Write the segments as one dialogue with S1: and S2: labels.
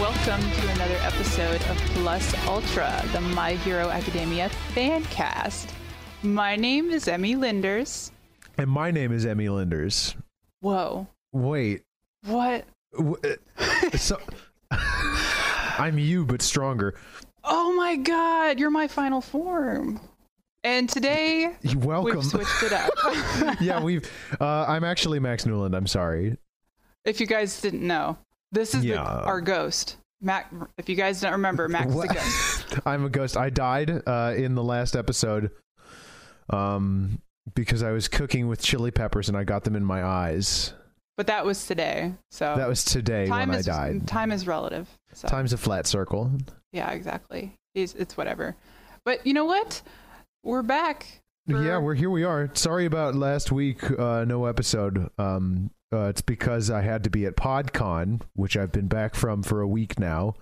S1: welcome to another episode of Plus Ultra, the My Hero Academia fan cast. My name is Emmy Linders.
S2: And my name is Emmy Linders.
S1: Whoa.
S2: Wait.
S1: What?
S2: w- uh, so, I'm you, but stronger.
S1: Oh my god, you're my final form. And today
S2: You Welcome.
S1: we've switched it up.
S2: yeah, we've. Uh, I'm actually Max Newland. I'm sorry.
S1: if you guys didn't know, this is the-
S2: Yeah.
S1: our ghost. Mac, if you guys don't remember, Max is
S2: What-
S1: a ghost.
S2: I'm a ghost. I died uh, in the last episode um, because I was cooking with chili peppers and I got them in my eyes.
S1: But that was today. So
S2: That was today
S1: Oh. time
S2: when
S1: is
S2: I died.
S1: time is relative. So
S2: Time's a flat circle.
S1: yeah, exactly. It's, it's whatever. But you know what? We're back. for-
S2: Yeah, we're here. We are. Sorry about last week. Uh, no episode. Um, uh, it's because I had to be at PodCon, which I've been back from for a week now,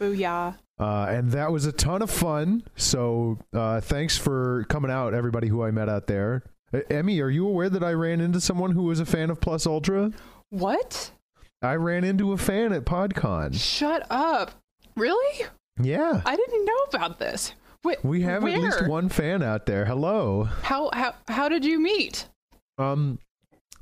S1: Booyah.
S2: uh, and that was a ton of fun. So uh, thanks for coming out, everybody who I met out there. Uh, Emmy, are you aware that I ran into someone who was a fan of Plus Ultra?
S1: What?
S2: I ran into a fan at PodCon.
S1: Shut up. Really?
S2: Yeah,
S1: I didn't know about this. Wait,
S2: we have
S1: where?
S2: at least one fan out there. Hello.
S1: How how how did you meet?
S2: Um,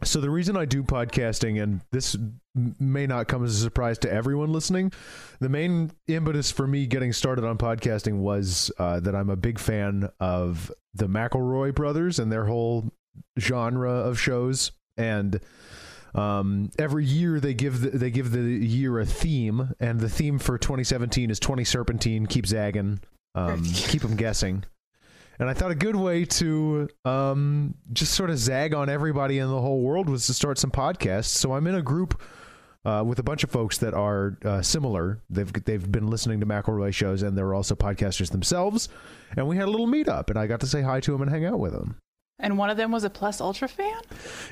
S2: so the reason I do podcasting, and this m- may not come as a surprise to everyone listening, the main impetus for me getting started on podcasting was uh, that I'm a big fan of the McElroy brothers and their whole genre of shows, and um, every year they give the, they give the year a theme, and the theme for 2017 is 20 Serpentine, keep zagging, um, keep them guessing. And I thought a good way to um, just sort of zag on everybody in the whole world was to start some podcasts. So I'm in a group uh, with a bunch of folks that are uh, similar. They've they've been listening to McElroy shows, and they're also podcasters themselves. And we had a little meetup, and I got to say hi to them and hang out with them.
S1: And one of them was a Plus Ultra fan?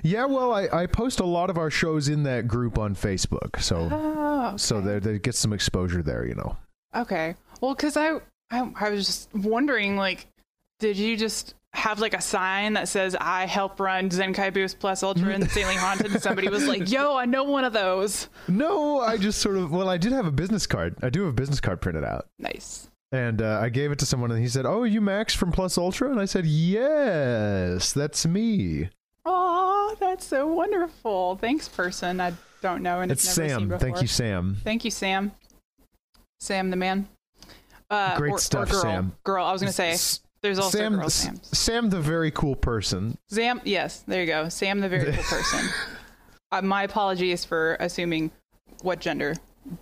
S2: Yeah, well, I, I post a lot of our shows in that group on Facebook, so
S1: Oh. Okay.
S2: so there there gets some exposure there, you know.
S1: Okay. Well, cuz I, I I was just wondering like did you just have like a sign that says I help run Zenkai Boost Plus Ultra and Insanely Haunted and somebody was like, "Yo, I know one of those."
S2: No, I just sort of well, I did have a business card. I do have a business card printed out.
S1: Nice.
S2: And uh, I gave it to someone, and he said, "Oh, are you Max from Plus Ultra?" And I said, "Yes, that's me."
S1: Oh, that's so wonderful. Thanks, person. I don't know and
S2: It's
S1: have never Seen
S2: Sam.
S1: before.
S2: Thank you, Sam.
S1: Thank you, Sam. Sam the man. Uh,
S2: Great
S1: or- or
S2: stuff,
S1: girl.
S2: Sam.
S1: Girl, I was gonna say
S2: S-
S1: there's also
S2: Sam,
S1: girl
S2: S-
S1: Sam.
S2: Sam, the very cool person.
S1: Sam, yes, there you go. Sam the very cool person. Uh, my apologies for assuming what gender.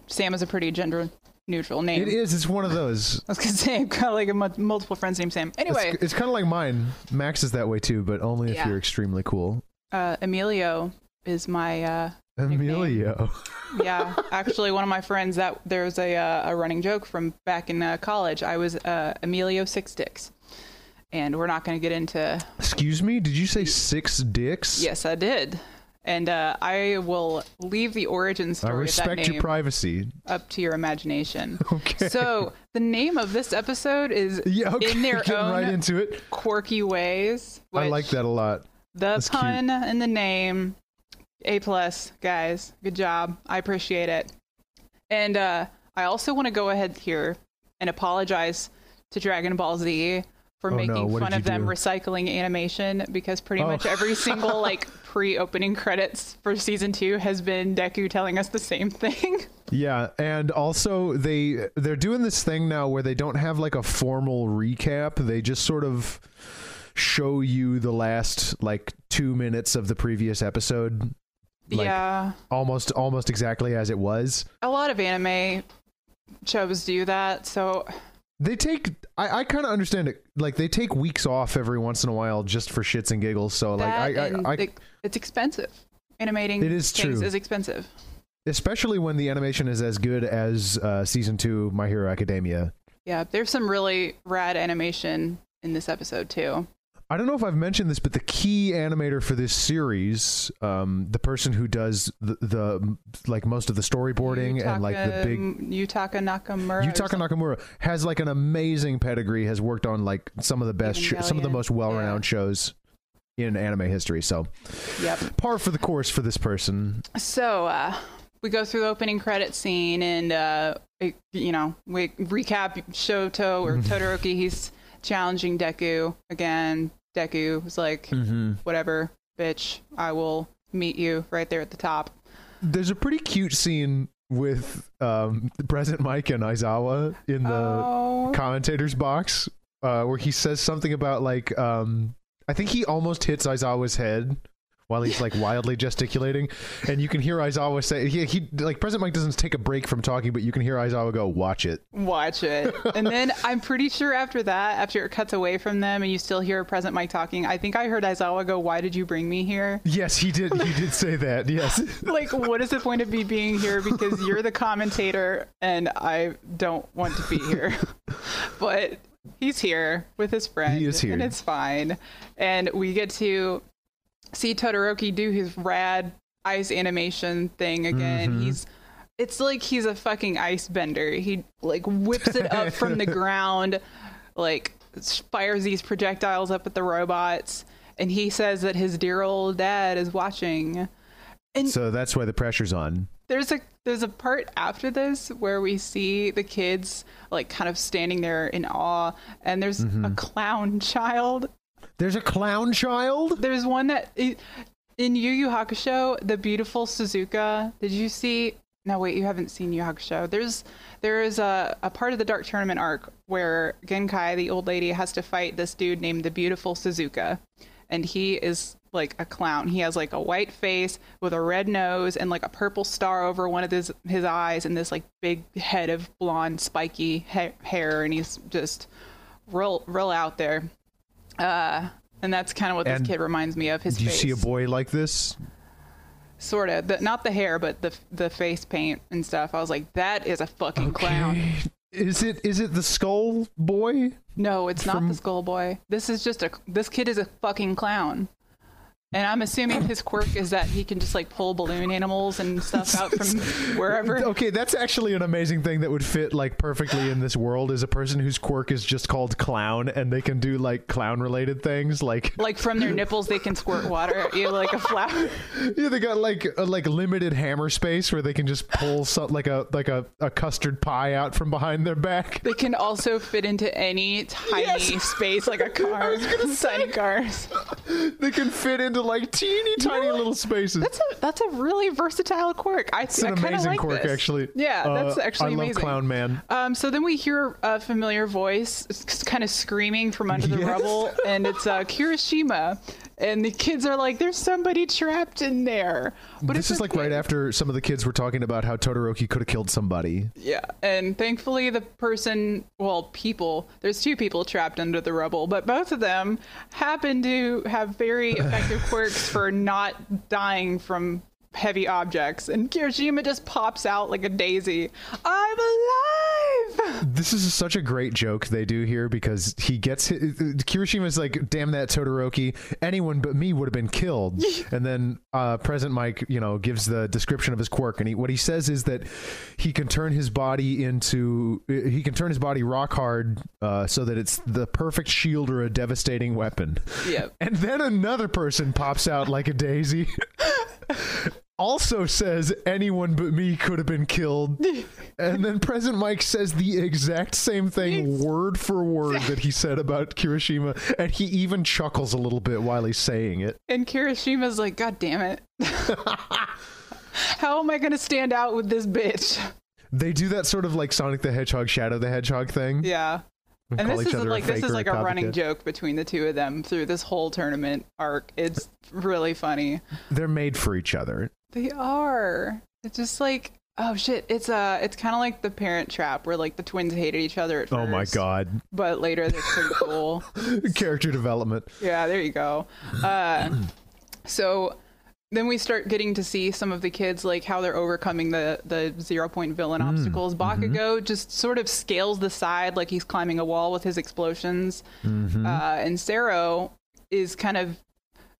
S1: Sam is a pretty gender neutral name.
S2: It is. It's one of those.
S1: I was gonna say I've got like a mu- multiple friends named Sam. Anyway,
S2: It's, it's kind of like mine. Max is that way too, but only if
S1: Yeah.
S2: you're extremely cool.
S1: uh, Emilio is my uh,
S2: Emilio.
S1: yeah actually one of my friends that there's a uh, a running joke from back in uh, college i was uh, emilio six dicks and we're not going to get into
S2: Excuse me. Did you say six dicks?
S1: yes i did and uh, i will leave the origin
S2: I
S1: story of
S2: respect
S1: that name
S2: your privacy.
S1: up to your imagination
S2: Okay.
S1: so the name of this episode is
S2: yeah. Okay.
S1: in their
S2: Getting
S1: own
S2: right into it.
S1: quirky ways
S2: I
S1: which
S2: like that a lot.
S1: the
S2: That's cute.
S1: pun in the name a plus guys good job i appreciate it and uh, i also want to go ahead here and apologize to dragon ball z for
S2: Oh,
S1: making
S2: no. What
S1: fun
S2: did
S1: of
S2: you
S1: them
S2: do?
S1: recycling animation because pretty
S2: Oh.
S1: much every single like pre-opening credits for season two has been deku telling us the same thing
S2: Yeah, and also they they're doing this thing now where they don't have like a formal recap. They just sort of show you the last like 2 minutes of the previous episode Like-
S1: yeah
S2: almost almost exactly as it was.
S1: a lot of anime shows do that so
S2: They take I, I kind of understand it. Like they take weeks off every once in a while just for shits and giggles. So like
S1: that
S2: I,
S1: and
S2: I, I
S1: the- it's expensive animating
S2: It is
S1: things
S2: true.
S1: is expensive
S2: especially when the animation is as good as uh, season 2 My Hero Academia.
S1: Yeah, there's some really rad animation in this episode too.
S2: I don't know if I've mentioned this, but the key animator for this series, um, the person who does the, the like most of the storyboarding and like the big
S1: Yutaka Nakamura. or
S2: Yutaka
S1: something.
S2: Nakamura has like an amazing pedigree. Has worked on like some of the best, sh- some of the
S1: Evangelion,
S2: most well-renowned
S1: yeah.
S2: shows in anime history. So
S1: Yep.
S2: par for the course for this person.
S1: So uh, we go through the opening credit scene and uh it, you know we recap Shoto or
S2: Mm-hmm.
S1: Todoroki he's challenging Deku again. Deku was like
S2: Mm-hmm.
S1: whatever bitch I will meet you right there at the top.
S2: There's a pretty cute scene with um, the present Mike and Izawa in the
S1: oh,
S2: commentator's box uh, where he says something about like um, I think he almost hits Aizawa's head while he's like wildly gesticulating, and you can hear Aizawa say he, he like President Mike doesn't take a break from talking, but you can hear Aizawa go watch it.
S1: watch it. and then I'm pretty sure after that, after it cuts away from them and you still hear present Mike talking, I think I heard Aizawa go, "Why did you bring me here?"
S2: Yes, he did. He did say that. Yes,
S1: Like, what is the point of me being here? Because you're the commentator, and I don't want to be here. but he's here with his friend.
S2: He is here.
S1: and it's fine. And we get to see Todoroki do his rad ice animation thing again.
S2: Mm-hmm.
S1: He's it's like he's a fucking ice bender. He like whips it up from the ground, like fires these projectiles up at the robots, and he says that his dear old dad is watching.
S2: so that's why the pressure's on.
S1: There's a there's a part after this where we see the kids like kind of standing there in awe, and there's a clown child
S2: There's a clown child.
S1: There's one that in Yu Yu Hakusho, the beautiful Suzuka. Did you see? No, wait, you haven't seen Yu Hakusho. There's there is a, a part of the Dark Tournament arc where Genkai, the old lady, has to fight this dude named the beautiful Suzuka, and he is like a clown. He has like a white face with a red nose and like a purple star over one of his his eyes, and this like big head of blonde spiky ha- hair, and he's just real real out there. Uh, and that's kind of what this
S2: And
S1: kid reminds me of. His
S2: Do you
S1: face,
S2: see a boy like this?
S1: sort of, the, not the hair, but the the face paint and stuff. I was like, that is a fucking clown.
S2: Is it is it the skull boy?
S1: No, it's not
S2: From-
S1: the skull boy. This is just a this kid is a fucking clown. And I'm assuming his quirk is that he can just like pull balloon animals and stuff out from wherever.
S2: Okay, that's actually an amazing thing that would fit like perfectly in this world is a person whose quirk is just called clown and they can do like clown related things like
S1: Like from their nipples, they can squirt water at you like a flower.
S2: yeah, they got like a, like limited hammer space where they can just pull some like a like a, a custard pie out from behind their back.
S1: They can also fit into any tiny
S2: Yes.
S1: space, like a car, tiny cars.
S2: They can fit into like teeny tiny
S1: Yeah.
S2: little spaces.
S1: That's a that's a really versatile quirk. I,
S2: It's
S1: I
S2: an
S1: kind of
S2: amazing
S1: like
S2: quirk
S1: this.
S2: actually.
S1: Yeah,
S2: Uh,
S1: that's actually
S2: I love
S1: amazing.
S2: clown man.
S1: Um, so then we hear a familiar voice kind of screaming from under the
S2: Yes.
S1: rubble, and it's uh, Kirishima. And the kids are like, "There's somebody trapped in there." But
S2: this
S1: it's
S2: is like right
S1: okay.
S2: after some of the kids were talking about how Todoroki could have killed somebody.
S1: Yeah, and thankfully the person, well, people, there's two people trapped under the rubble, but both of them happen to have very effective quirks for not dying from heavy objects. And Kirishima just pops out like a daisy. I'm alive!
S2: This is such a great joke they do here because he gets hit. Kirishima's like, damn that Todoroki. Anyone but me would have been killed. and then uh, President Mike, you know, gives the description of his quirk. And he, what he says is that he can turn his body into, he can turn his body rock hard uh, so that it's the perfect shield or a devastating weapon.
S1: Yep.
S2: And then another person pops out like a daisy. also says anyone but me could have been killed. and then President Mike says the exact same thing word for word that he said about Kirishima and he even chuckles a little bit while he's saying it.
S1: And Kirishima's like, God damn it. How am I going to stand out with this bitch?
S2: They do that sort of like Sonic the Hedgehog Shadow the Hedgehog thing.
S1: Yeah.
S2: and
S1: And
S2: call
S1: this
S2: each
S1: is
S2: other
S1: like this
S2: faker
S1: is
S2: or
S1: like a running
S2: copycat.
S1: joke between the two of them through this whole tournament arc. It's really funny.
S2: They're made for each other.
S1: They are. It's just like oh shit. It's uh it's kinda like the parent trap where like the twins hated each other at
S2: Oh my
S1: first,
S2: god.
S1: But later they're pretty cool.
S2: Character development.
S1: Yeah, there you go. Uh, so then we start getting to see some of the kids like how they're overcoming the the zero point villain
S2: Mm,
S1: obstacles. Bakugo
S2: mm-hmm.
S1: just sort of scales the side like he's climbing a wall with his explosions,
S2: Mm-hmm.
S1: uh, and Saro is kind of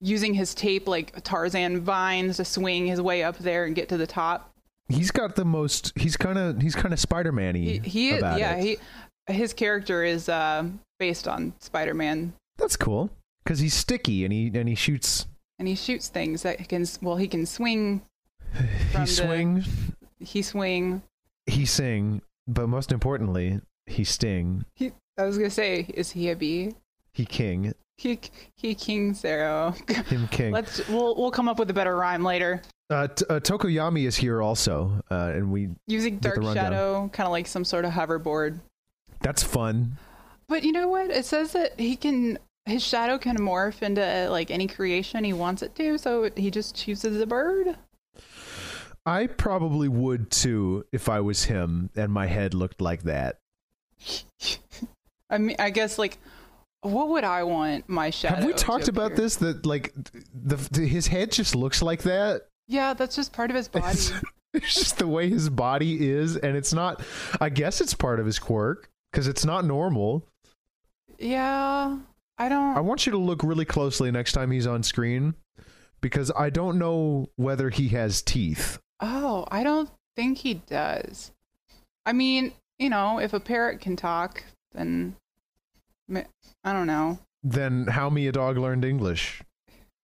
S1: using his tape like Tarzan vines to swing his way up there and get to the top.
S2: He's got the most he's kinda he's kinda Spider Man
S1: He,
S2: y
S1: he
S2: about
S1: yeah
S2: it.
S1: he his character is uh, based on Spider Man
S2: That's cool because he's sticky and he and he shoots.
S1: and he shoots things that can well he can swing From
S2: he
S1: the-
S2: swing,
S1: He swing.
S2: he sing, but most importantly, he sting,
S1: He, I was gonna say, is he a bee?
S2: he king,
S1: He he king Zero.
S2: him king.
S1: Let's we'll we'll come up with a better rhyme later.
S2: Uh, t- uh, Tokoyami is here also, uh, and we
S1: Using
S2: Get the
S1: dark
S2: rundown.
S1: shadow, kind of like some sort of hoverboard.
S2: that's fun.
S1: But you know what? It says that he can his shadow can morph into uh, like any creation he wants it to. So he just chooses a bird.
S2: I probably would too if I was him and my head looked like that.
S1: I mean, I guess like, what would I want my shadow?
S2: Have we
S1: to
S2: talked about
S1: appear?
S2: this? That like the, the his head just looks like that.
S1: Yeah, that's just part of his body.
S2: It's, it's just the way his body is, and it's not. I guess it's part of his quirk because it's not normal.
S1: yeah, I don't.
S2: I want you to look really closely next time he's on screen because I don't know whether he has teeth.
S1: Oh, I don't think he does. I mean, you know, if a parrot can talk, then ma- I don't know.
S2: Then how me a dog learned English?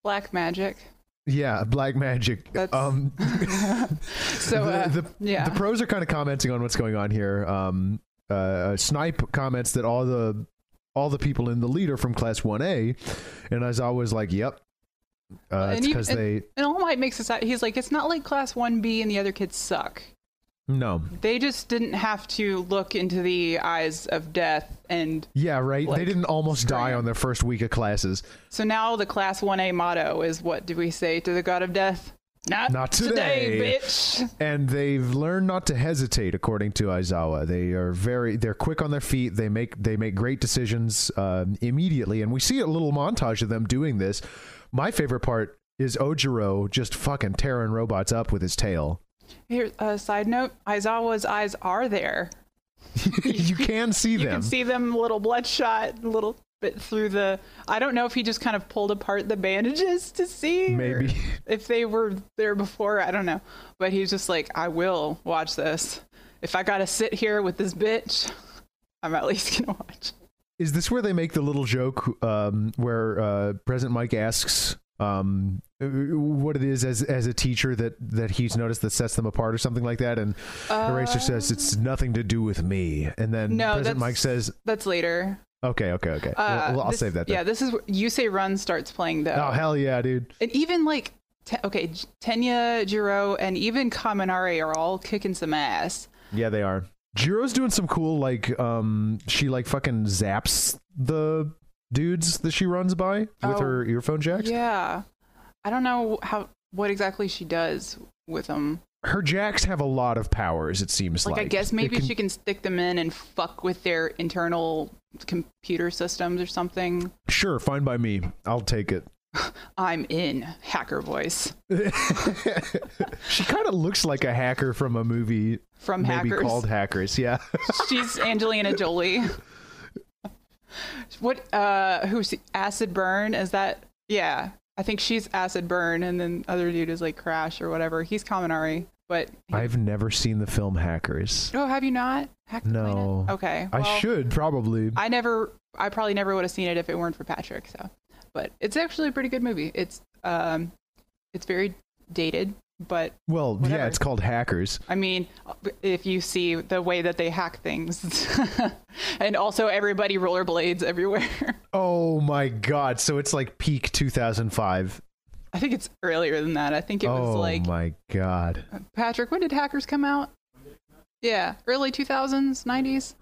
S1: Black magic.
S2: Yeah, black magic.
S1: That's
S2: Um,
S1: so
S2: the,
S1: uh,
S2: the-
S1: yeah.
S2: the pros are kind of commenting on what's going on here. Um, uh, uh, Snipe comments that all the all the people in the lead are from Class One A, and as always, like, yep, uh,
S1: and
S2: it's
S1: you-
S2: because they
S1: and All Might makes this out. He's like, it's not like Class 1B and the other kids suck.
S2: no,
S1: They just didn't have to look into the eyes of death. And
S2: yeah, right. they
S1: Like,
S2: didn't almost die
S1: scram.
S2: on their first week of classes.
S1: so now the Class 1A motto is what do we say to the God of Death? Not,
S2: Not today.
S1: today, bitch.
S2: and they've learned not to hesitate according to Aizawa. They are very they're quick on their feet. They make they make great decisions um, immediately and we see a little montage of them doing this. My favorite part is Ojiro just fucking tearing robots up with his tail.
S1: Here, a uh, side note Aizawa's eyes are there.
S2: you can see
S1: you
S2: them.
S1: can see them a little bloodshot a little bit through the i don't know if he just kind of pulled apart the bandages to see or
S2: Maybe.
S1: if they were there before i don't know but he's just like i will watch this if i gotta sit here with this bitch i'm at least gonna watch
S2: Is this where they make the little joke um, where uh, President Mike asks um, what it is as as a teacher that that he's noticed that sets them apart or something like that? And Eraser says it's nothing to do with me, and then
S1: Uh, No,
S2: President
S1: that's-
S2: Mike says,
S1: Um, that's later
S2: "Okay, okay, okay.
S1: uh,
S2: well, I'll
S1: this-
S2: save that." Then.
S1: yeah uh, this is where you say run starts playing though
S2: Oh hell yeah, dude!
S1: and even like Te- okay J- tenya jiro and even kaminari are all kicking some ass
S2: Yeah, they are. Jiro's doing some cool like um she like fucking zaps the dudes that she runs by with
S1: Oh.
S2: her earphone jacks.
S1: Yeah, I don't know how what exactly she does with them.
S2: Her jacks have a lot of powers. It seems like,
S1: Like, I guess
S2: It
S1: maybe
S2: can-
S1: she can stick them in and fuck with their internal computer systems or something.
S2: Sure, fine by me. I'll take it.
S1: I'm in hacker voice
S2: she kind of looks like a hacker from a movie,
S1: from
S2: maybe
S1: hackers.
S2: called Hackers. Yeah.
S1: She's Angelina Jolie. what? Uh, who's acid burn? Is that? Yeah, I think she's acid burn, and then other dude is like crash or whatever. He's Kaminari, but
S2: I've never seen the film Hackers.
S1: oh, have you not? Hack the Planet?
S2: No.
S1: Okay.
S2: I
S1: well-
S2: should probably.
S1: I never, I probably never would have seen it if it weren't for Patrick. So, but it's actually a pretty good movie. It's, um, it's very dated, but
S2: Well, yeah,
S1: Whatever.
S2: it's called Hackers.
S1: I mean, if you see the way that they hack things, and also everybody rollerblades everywhere.
S2: Oh my god! So it's like peak 2005.
S1: I think it's earlier than that. I think it was
S2: oh
S1: like
S2: my god!
S1: Patrick. When did Hackers come out? Yeah, early two thousands, nineties.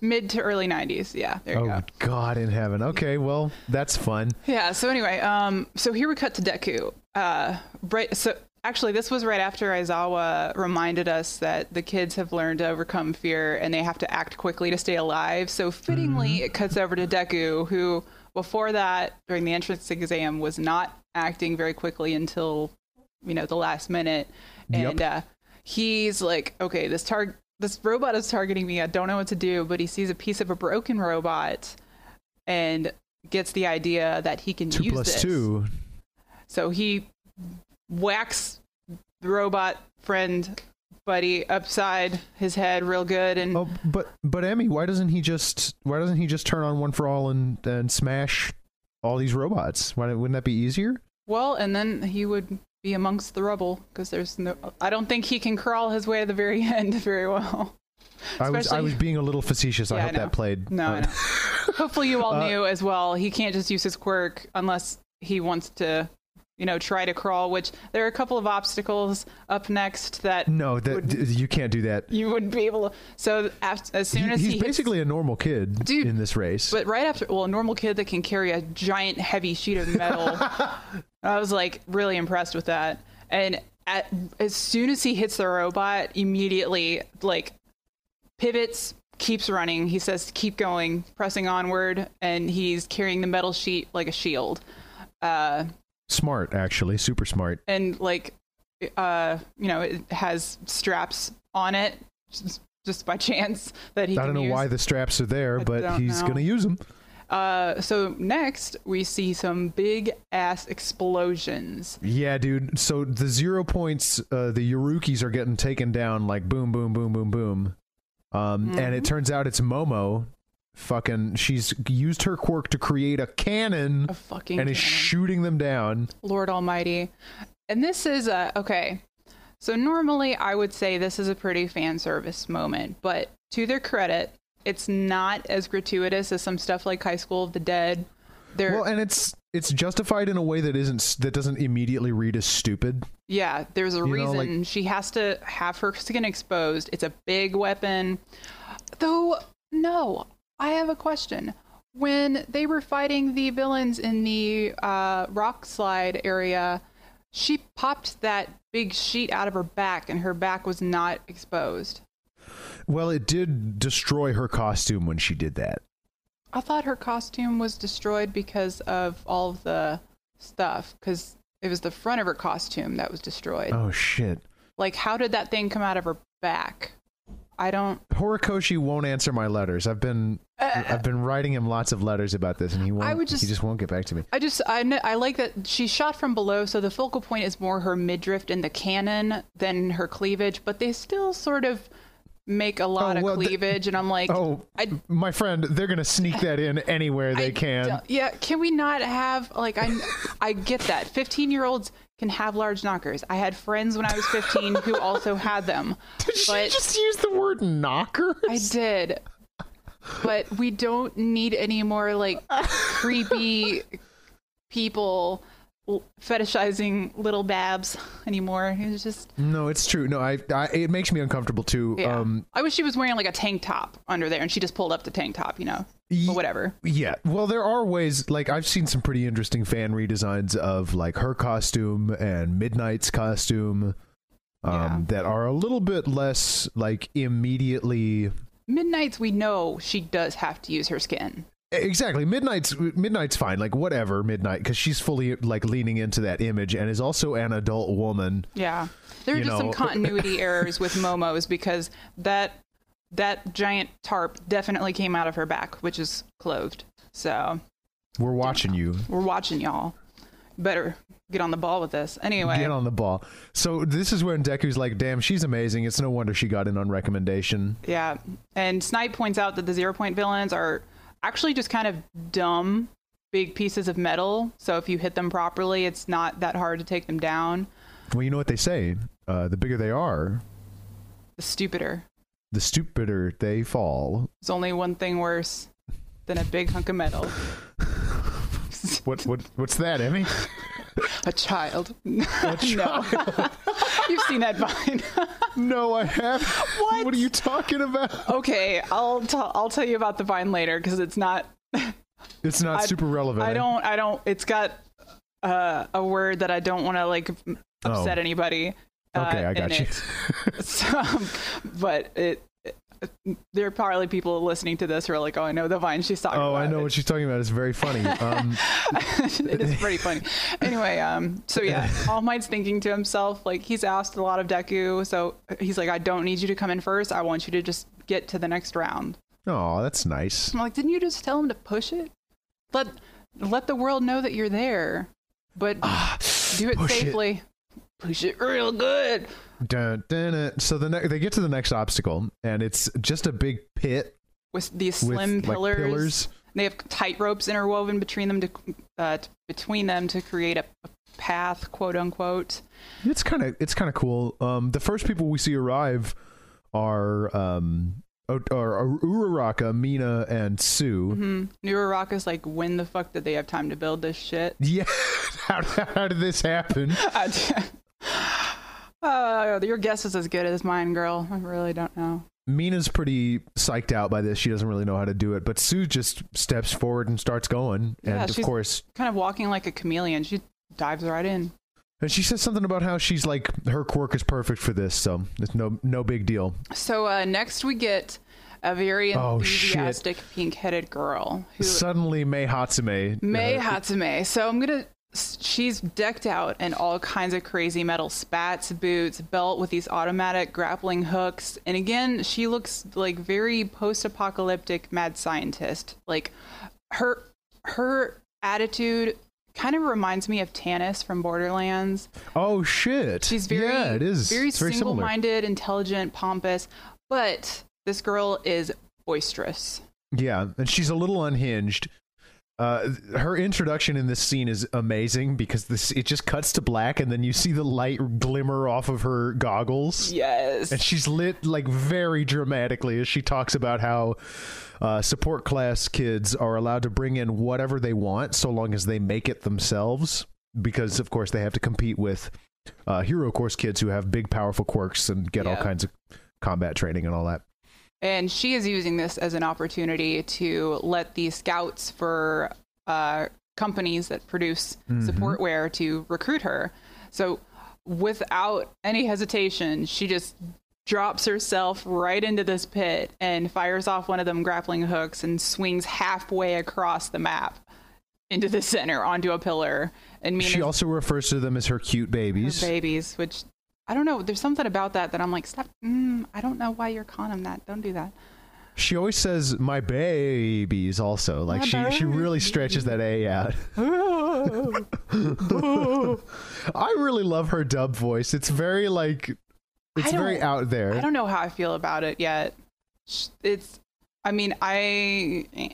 S1: Mid to early 90s. Yeah, there you
S2: Oh
S1: go.
S2: god in heaven. Okay, well that's fun.
S1: Yeah. So anyway, um, so here we cut to Deku. Uh, right. So actually, this was right after Aizawa reminded us that the kids have learned to overcome fear and they have to act quickly to stay alive. So fittingly, it cuts over to Deku, who before that, during the entrance exam, was not acting very quickly until you know the last minute,
S2: Yep.
S1: and uh, he's like, okay, this target. This robot is targeting me. I don't know what to do, but he sees a piece of a broken robot and gets the idea that he can
S2: Two
S1: use
S2: plus
S1: this.
S2: two.
S1: So he whacks the robot friend buddy upside his head real good and
S2: Oh, but but Emmy, why doesn't he just why doesn't he just turn on one for all and and smash all these robots? Why wouldn't that be easier?
S1: well and then he would be amongst the rubble because there's no. I don't think he can crawl his way to the very end very well.
S2: I was I
S1: Especially-
S2: was being a little facetious. I
S1: Yeah, I
S2: hope
S1: know.
S2: that played.
S1: No, I
S2: Uh,
S1: know. Hopefully, you all knew as well. He can't just use his quirk unless he wants to, you know, try to crawl. Which there are a couple of obstacles up next that
S2: no, that you can't do that.
S1: you wouldn't be able to. So af- as soon
S2: He-
S1: as
S2: he's
S1: he hits-
S2: basically a normal kid
S1: Dude,
S2: in this race.
S1: But right after, well, a normal kid that can carry a giant heavy sheet of metal. I was like really impressed with that. And at, as soon as he hits the robot, immediately like pivots, keeps running. He says, "Keep going, pressing onward," and he's carrying the metal sheet like a shield. Uh,
S2: smart, actually, super smart.
S1: and like uh you know it has straps on it just, just by chance that he
S2: I
S1: can
S2: don't know
S1: use.
S2: why the straps are there,
S1: I
S2: but
S1: don't
S2: he's
S1: know.
S2: gonna use them.
S1: Uh, so next we see some big ass explosions.
S2: Yeah, dude. So the zero points, uh, the Yorukis are getting taken down like boom, boom, boom, boom, boom. Um, And
S1: Mm-hmm.
S2: it turns out it's Momo. Fucking, she's used her quirk to create a cannon
S1: A fucking
S2: and is
S1: cannon.
S2: shooting them down.
S1: Lord Almighty. And this is a okay. So normally I would say this is a pretty fan service moment, but to their credit, it's not as gratuitous as some stuff like High School of the Dead. There,
S2: Well, and it's it's justified in a way that isn't s- that doesn't immediately read as stupid.
S1: yeah, there's a
S2: know,
S1: reason
S2: like-
S1: she has to have her skin exposed. It's a big weapon. Though, no, I have a question. When they were fighting the villains in the uh, rock slide area, she popped that big sheet out of her back, and her back was not exposed.
S2: Well, it did destroy her costume when she did that.
S1: I thought her costume was destroyed because of all of the stuff, because it was the front of her costume that was destroyed.
S2: Oh shit!
S1: Like, how did that thing come out of her back? I don't.
S2: Horikoshi won't answer my letters. I've been I've been writing him lots of letters about this, and he won't.
S1: Uh, I would just-
S2: he just won't get back to me.
S1: I just I kn- I like that she shot from below, so the focal point is more her midriff and the cannon than her cleavage, but they still sort of make a lot
S2: Oh, well,
S1: of
S2: the-
S1: cleavage, and I'm like,
S2: Oh,
S1: I-
S2: my friend, they're gonna sneak that in anywhere they
S1: I
S2: can.
S1: don't- yeah, can we not have like I I get that 15 year olds can have large knockers. I had friends when I was 15 who also had them, but
S2: use the word knocker?
S1: I did. But we don't need any more like creepy people l- fetishizing little babs anymore. It's just
S2: No, it's true. No, I, I it makes me uncomfortable too.
S1: yeah.
S2: Um
S1: I wish she was wearing like a tank top under there and she just pulled up the tank top, you know.
S2: Ye-
S1: But whatever.
S2: yeah. Well, there are ways like I've seen some pretty interesting fan redesigns of like her costume and Midnight's costume um
S1: Yeah.
S2: that are a little bit less like immediately e,
S1: Midnight's we know she does have to use her skin.
S2: Exactly. Midnight's Midnight's fine. Like whatever, Midnight cuz she's fully like leaning into that image and is also an adult woman.
S1: Yeah. There are
S2: You
S1: just
S2: know.
S1: some continuity errors with Momo's because that that giant tarp definitely came out of her back, which is clothed. So
S2: We're watching you.
S1: We're watching y'all. Better get on the ball with this. Anyway,
S2: Get on the ball. So this is when Deku's like, "Damn, she's amazing. It's no wonder she got in on recommendation."
S1: yeah. And Snipe points out that the zero point villains are actually just kind of dumb big pieces of metal. So if you hit them properly, it's not that hard to take them down.
S2: Well, you know what they say: uh, the bigger they are,
S1: The stupider.
S2: the stupider they fall.
S1: There's only one thing worse than a big hunk of metal.
S2: What? What? What's that, Emmy?
S1: A child. no. You've seen that vine.
S2: no, I have.
S1: What?
S2: What are you talking about?
S1: okay, I'll tell I'll tell you about the vine later because it's not
S2: It's not
S1: I-
S2: super relevant.
S1: I don't. I don't. It's got uh, a word that I don't want to like m- upset
S2: Oh.
S1: anybody. uh,
S2: Okay, I got
S1: in
S2: you.
S1: it. so, um, but it, it- there are probably people listening to this who are like, "Oh, I know the vine she's talking
S2: Oh,
S1: about."
S2: I know what she's talking about. It's very funny. Um,
S1: it is pretty funny. Anyway, um, so yeah, All Might's thinking to himself, like he's asked a lot of Deku, so he's like, "I don't need you to come in first. I want you to just get to the next round."
S2: oh, that's nice.
S1: I'm like, "Didn't you just tell him to push it? Let let the world know that you're there." But do it
S2: Ah, Push it.
S1: safely. Push it real good.
S2: Dun, dun, dun. So the ne- they get to the next obstacle, and it's just a big pit
S1: With these slim
S2: with
S1: pillars,
S2: like pillars.
S1: they have tight ropes interwoven between them to uh, t- between them to create a, a path, quote unquote.
S2: It's kind of it's kind of cool. Um, the first people we see arrive are um, O- or Uraraka, Mina, and Sue.
S1: Mm-hmm. New Iraq is like, when the fuck did they have time to build this shit?
S2: Yeah, how, how did this happen?
S1: I Uh, your guess is as good as mine, girl. I really don't know.
S2: Mina's pretty psyched out by this. She doesn't really know how to do it, but Sue just steps forward and starts going.
S1: Yeah,
S2: and of
S1: she's-
S2: course,
S1: Kind of walking like a chameleon. She dives right in.
S2: and she says something about how she's like her quirk is perfect for this, so it's no no big deal.
S1: So uh, next we get a very
S2: Oh, shit.
S1: enthusiastic pink-headed girl who
S2: Suddenly, May Hatsume,
S1: May
S2: uh,
S1: Hatsume. So I'm gonna. She's decked out in all kinds of crazy metal spats, boots, belt with these automatic grappling hooks, and again, she looks like very post-apocalyptic mad scientist. Like her her attitude kind of reminds me of Tannis from Borderlands.
S2: oh shit,
S1: She's very
S2: yeah, it is
S1: very,
S2: It's very similar.
S1: single-minded, intelligent, pompous, but this girl is boisterous.
S2: Yeah, and she's a little unhinged. Uh, th- her introduction in this scene is amazing because this it just cuts to black and then you see the light glimmer off of her goggles.
S1: Yes.
S2: And she's lit like very dramatically as she talks about how uh, support class kids are allowed to bring in whatever they want so long as they make it themselves. Because, of course, they have to compete with uh, hero course kids who have big, powerful quirks and get all
S1: Yeah.
S2: kinds of combat training and all that.
S1: And she is using this as an opportunity to let the scouts for uh, companies that produce support wear to recruit her. So, without any hesitation, she just drops herself right into this pit and fires off one of them grappling hooks and swings halfway across the map into the center onto a pillar. And Mina's
S2: She also refers to them as her cute babies.
S1: babies, which I don't know. There's something about that that I'm like, stop. Mm, I don't know why you're calling them that. Don't do that.
S2: She always says my babies also. Like
S1: My
S2: she she really stretches that A out. I really love her dub voice. It's very like it's
S1: I don't-
S2: very out there.
S1: I don't know how I feel about it yet. Sh- It's, I mean, I, eh,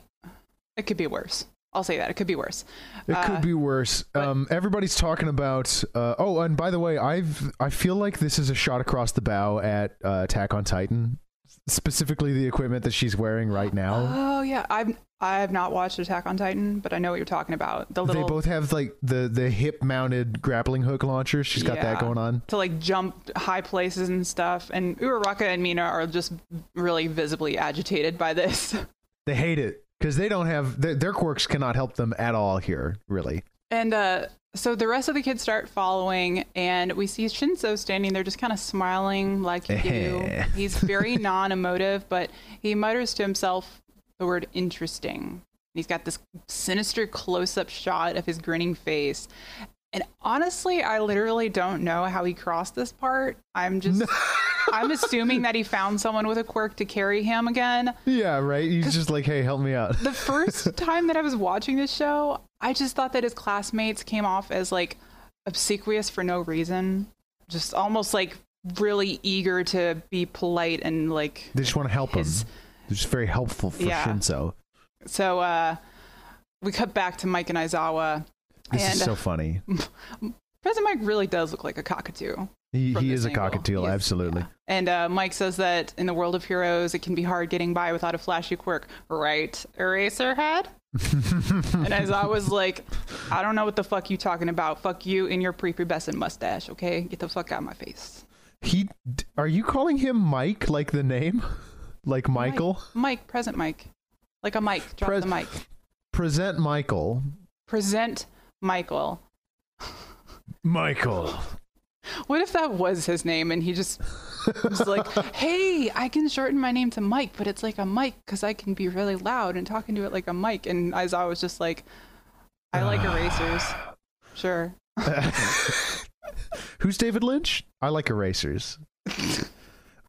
S1: it could be worse. I'll say that it could be worse.
S2: It
S1: Uh,
S2: could be worse. Um, everybody's talking about. Uh, oh, and by the way, I've I feel like this is a shot across the bow at uh, Attack on Titan, specifically the equipment that she's wearing right now.
S1: Oh yeah, I've I have not watched Attack on Titan, but I know what you're talking about. The
S2: they
S1: little
S2: both have like the the hip mounted grappling hook launcher. She's got that
S1: Yeah.
S2: going on.
S1: to like jump high places and stuff. And Uraraka and Mina are just really visibly agitated by this.
S2: They hate it because they don't have their, their quirks cannot help them at all here. Really,
S1: And uh, so the rest of the kids start following, and we see Shinso standing there just kind of smiling like you do.
S2: Eh.
S1: He's very non emotive, but he mutters to himself the word interesting. And He's got this sinister close up shot of his grinning face. And honestly, I literally don't know how he crossed this part. I'm just, I'm assuming that he found someone with a quirk to carry him again
S2: yeah, right. He's just like, hey, help me out.
S1: the first time that I was watching this show, I just thought that his classmates came off as like obsequious for no reason, just almost like really eager to be polite and like
S2: They just want to help
S1: his-
S2: him. They're just very helpful for
S1: Yeah.
S2: Shinso.
S1: so uh we cut back to Mike and Izawa.
S2: This
S1: and uh,
S2: is so funny.
S1: President Mike really does look like a cockatoo.
S2: He,
S1: from
S2: he
S1: this
S2: is a
S1: angle.
S2: cockatiel,
S1: He is-
S2: absolutely.
S1: yeah. And uh, Mike says that in the world of heroes, it can be hard getting by without a flashy quirk, right, Eraserhead? and as I was like, I don't know what the fuck you talking about. Fuck you and your prepubescent mustache, okay? Get the fuck out of my face.
S2: He, d- are you calling him Mike, like the name, like Michael?
S1: Mike, present Mike. Like a mic. Drop
S2: Pres-
S1: the mic.
S2: Present Michael.
S1: Present Michael.
S2: Michael.
S1: What if that was his name and he just was like, hey, I can shorten my name to Mike, but it's like a mic because I can be really loud and talking to it like a mic. And Aizawa was just like, I like erasers. Sure.
S2: Who's David Lynch? I like erasers.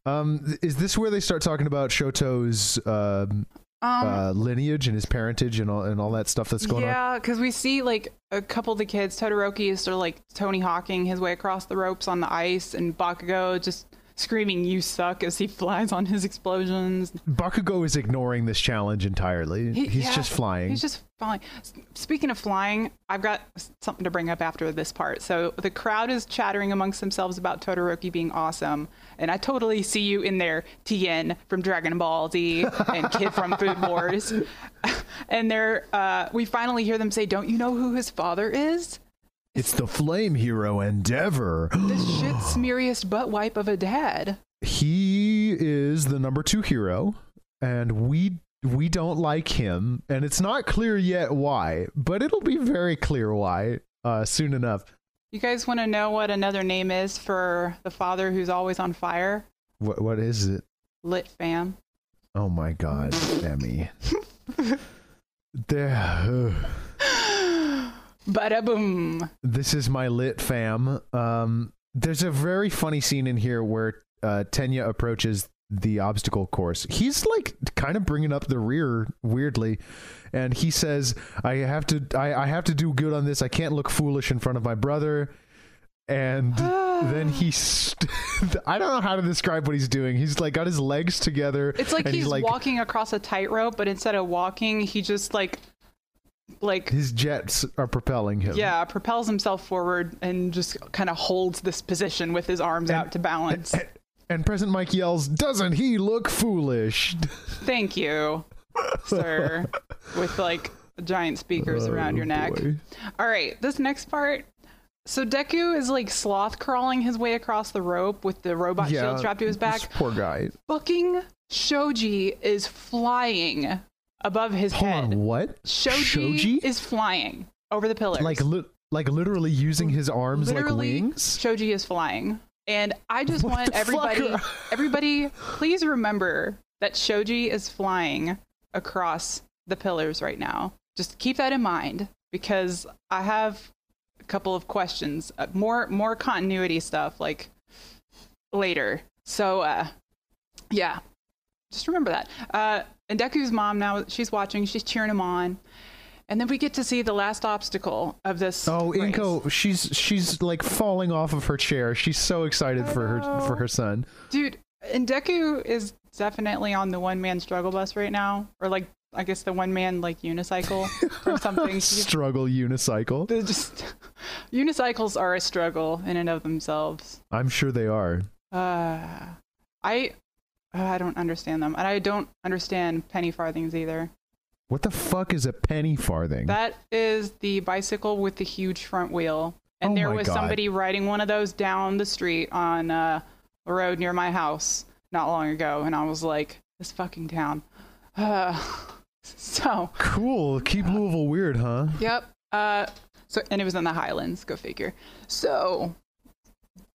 S2: um, th- is this where they start talking about Shoto's um,
S1: Um,
S2: uh, lineage and his parentage and all and all that stuff that's going on.
S1: yeah, because we see like a couple of the kids, Todoroki is sort of like Tony Hawking his way across the ropes on the ice, and Bakugo just screaming "You suck" as he flies on his explosions.
S2: Bakugo is ignoring this challenge entirely.
S1: He-
S2: he's
S1: yeah,
S2: just flying.
S1: He's just flying. S- Speaking of flying, I've got s- something to bring up after this part. So the crowd is chattering amongst themselves about Todoroki being awesome, and I totally see you in there, Tien from Dragon Ball Z and Kid from Food Wars. and they're uh, we finally hear them say, "Don't you know who his father is?"
S2: it's the flame hero Endeavor.
S1: The shit smeariest butt wipe of a dad.
S2: he is the number two hero, and we we don't like him, and it's not clear yet why, but it'll be very clear why uh, soon enough.
S1: You guys want to know what another name is for the father who's always on fire?
S2: What what is it?
S1: Lit fam.
S2: Oh my God, Emmy. there.
S1: Bada boom.
S2: this is my lit fam. Um, there's a very funny scene in here where uh, Tenya approaches the obstacle course. He's like kind of bringing up the rear weirdly, and he says, "I have to, I, I have to do good on this. I can't look foolish in front of my brother." And then he, st- I don't know how to describe what he's doing. He's like got his legs together.
S1: It's like
S2: and
S1: he's,
S2: like
S1: walking across a tightrope, but instead of walking, he just like, like
S2: his jets are propelling him.
S1: yeah, propels himself forward and just kind of holds this position with his arms out to balance.
S2: And President Mike yells, "Doesn't he look foolish?"
S1: Thank you, sir. With like giant speakers around your neck.
S2: Oh, boy.
S1: All right, this next part. So Deku is like sloth crawling his way across the rope with the robot shield strapped to his back.
S2: this Poor guy.
S1: Fucking Shoji is flying above his
S2: Hold
S1: head.
S2: on, what?
S1: Shoji,
S2: Shoji?
S1: is flying over the pillars.
S2: like li- like literally using his arms
S1: Literally,
S2: like wings.
S1: Shoji is flying. And I just
S2: What
S1: want
S2: the fuck
S1: everybody,
S2: are-
S1: everybody, please remember that Shoji is flying across the pillars right now. Just keep that in mind because I have a couple of questions, uh, more more continuity stuff like later. So, uh, yeah, just remember that. Uh, and Deku's mom now she's watching, she's cheering him on, and then we get to see the last obstacle of this.
S2: Oh,
S1: race.
S2: Inko, she's she's like falling off of her chair. She's so excited
S1: I
S2: for her for
S1: know.
S2: her son.
S1: dude and deku is definitely on the one man struggle bus right now or like i guess the one man like unicycle or something She's-
S2: Struggle unicycle.
S1: they're just unicycles are a struggle in and of themselves
S2: I'm sure they are.
S1: uh i uh, i don't understand them and i don't understand penny farthings either
S2: What the fuck is a penny farthing?
S1: that is the bicycle with the huge front wheel and
S2: Oh
S1: there
S2: my
S1: was
S2: God.
S1: somebody riding one of those down the street on uh, a road near my house not long ago and i was like this fucking town uh, so
S2: cool. Keep Louisville weird, huh?
S1: yep uh, so and it was in the highlands go figure so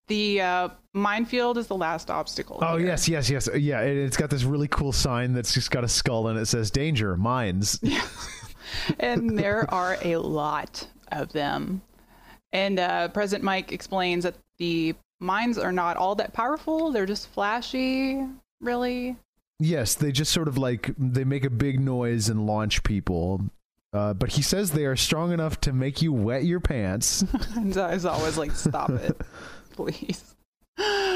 S1: the uh, minefield is the last obstacle
S2: Oh
S1: here.
S2: yes, yes, yes. Yeah, it, it's got this really cool sign that's just got a skull and it says "Danger Mines."
S1: and there are a lot of them. And uh, President Mike explains that the mines are not all that powerful; they're just flashy, really.
S2: Yes, they just sort of like they make a big noise and launch people. Uh, but he says they are strong enough to make you wet your pants.
S1: And so I was always like, "Stop it, please."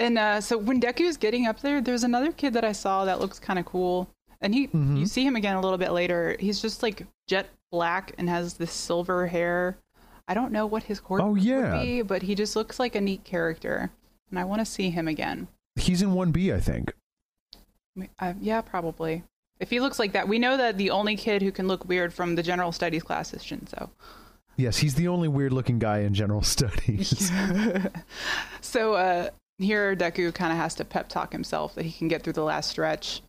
S1: And uh, so when Deku is getting up there, there's another kid that I saw that looks kind of cool, and he
S2: Mhm.
S1: you see him again a little bit later. He's just like jet black and has this silver hair. I don't know what his court
S2: Oh, yeah.
S1: would be, but he just looks like a neat character, and I want to see him again.
S2: He's in one B, I think.
S1: I mean, Uh, yeah, probably. If he looks like that, we know that the only kid who can look weird from the general studies class is Shinzo.
S2: Yes, he's the only weird-looking guy in general studies.
S1: so uh, here, Deku kind of has to pep talk himself that he can get through the last stretch,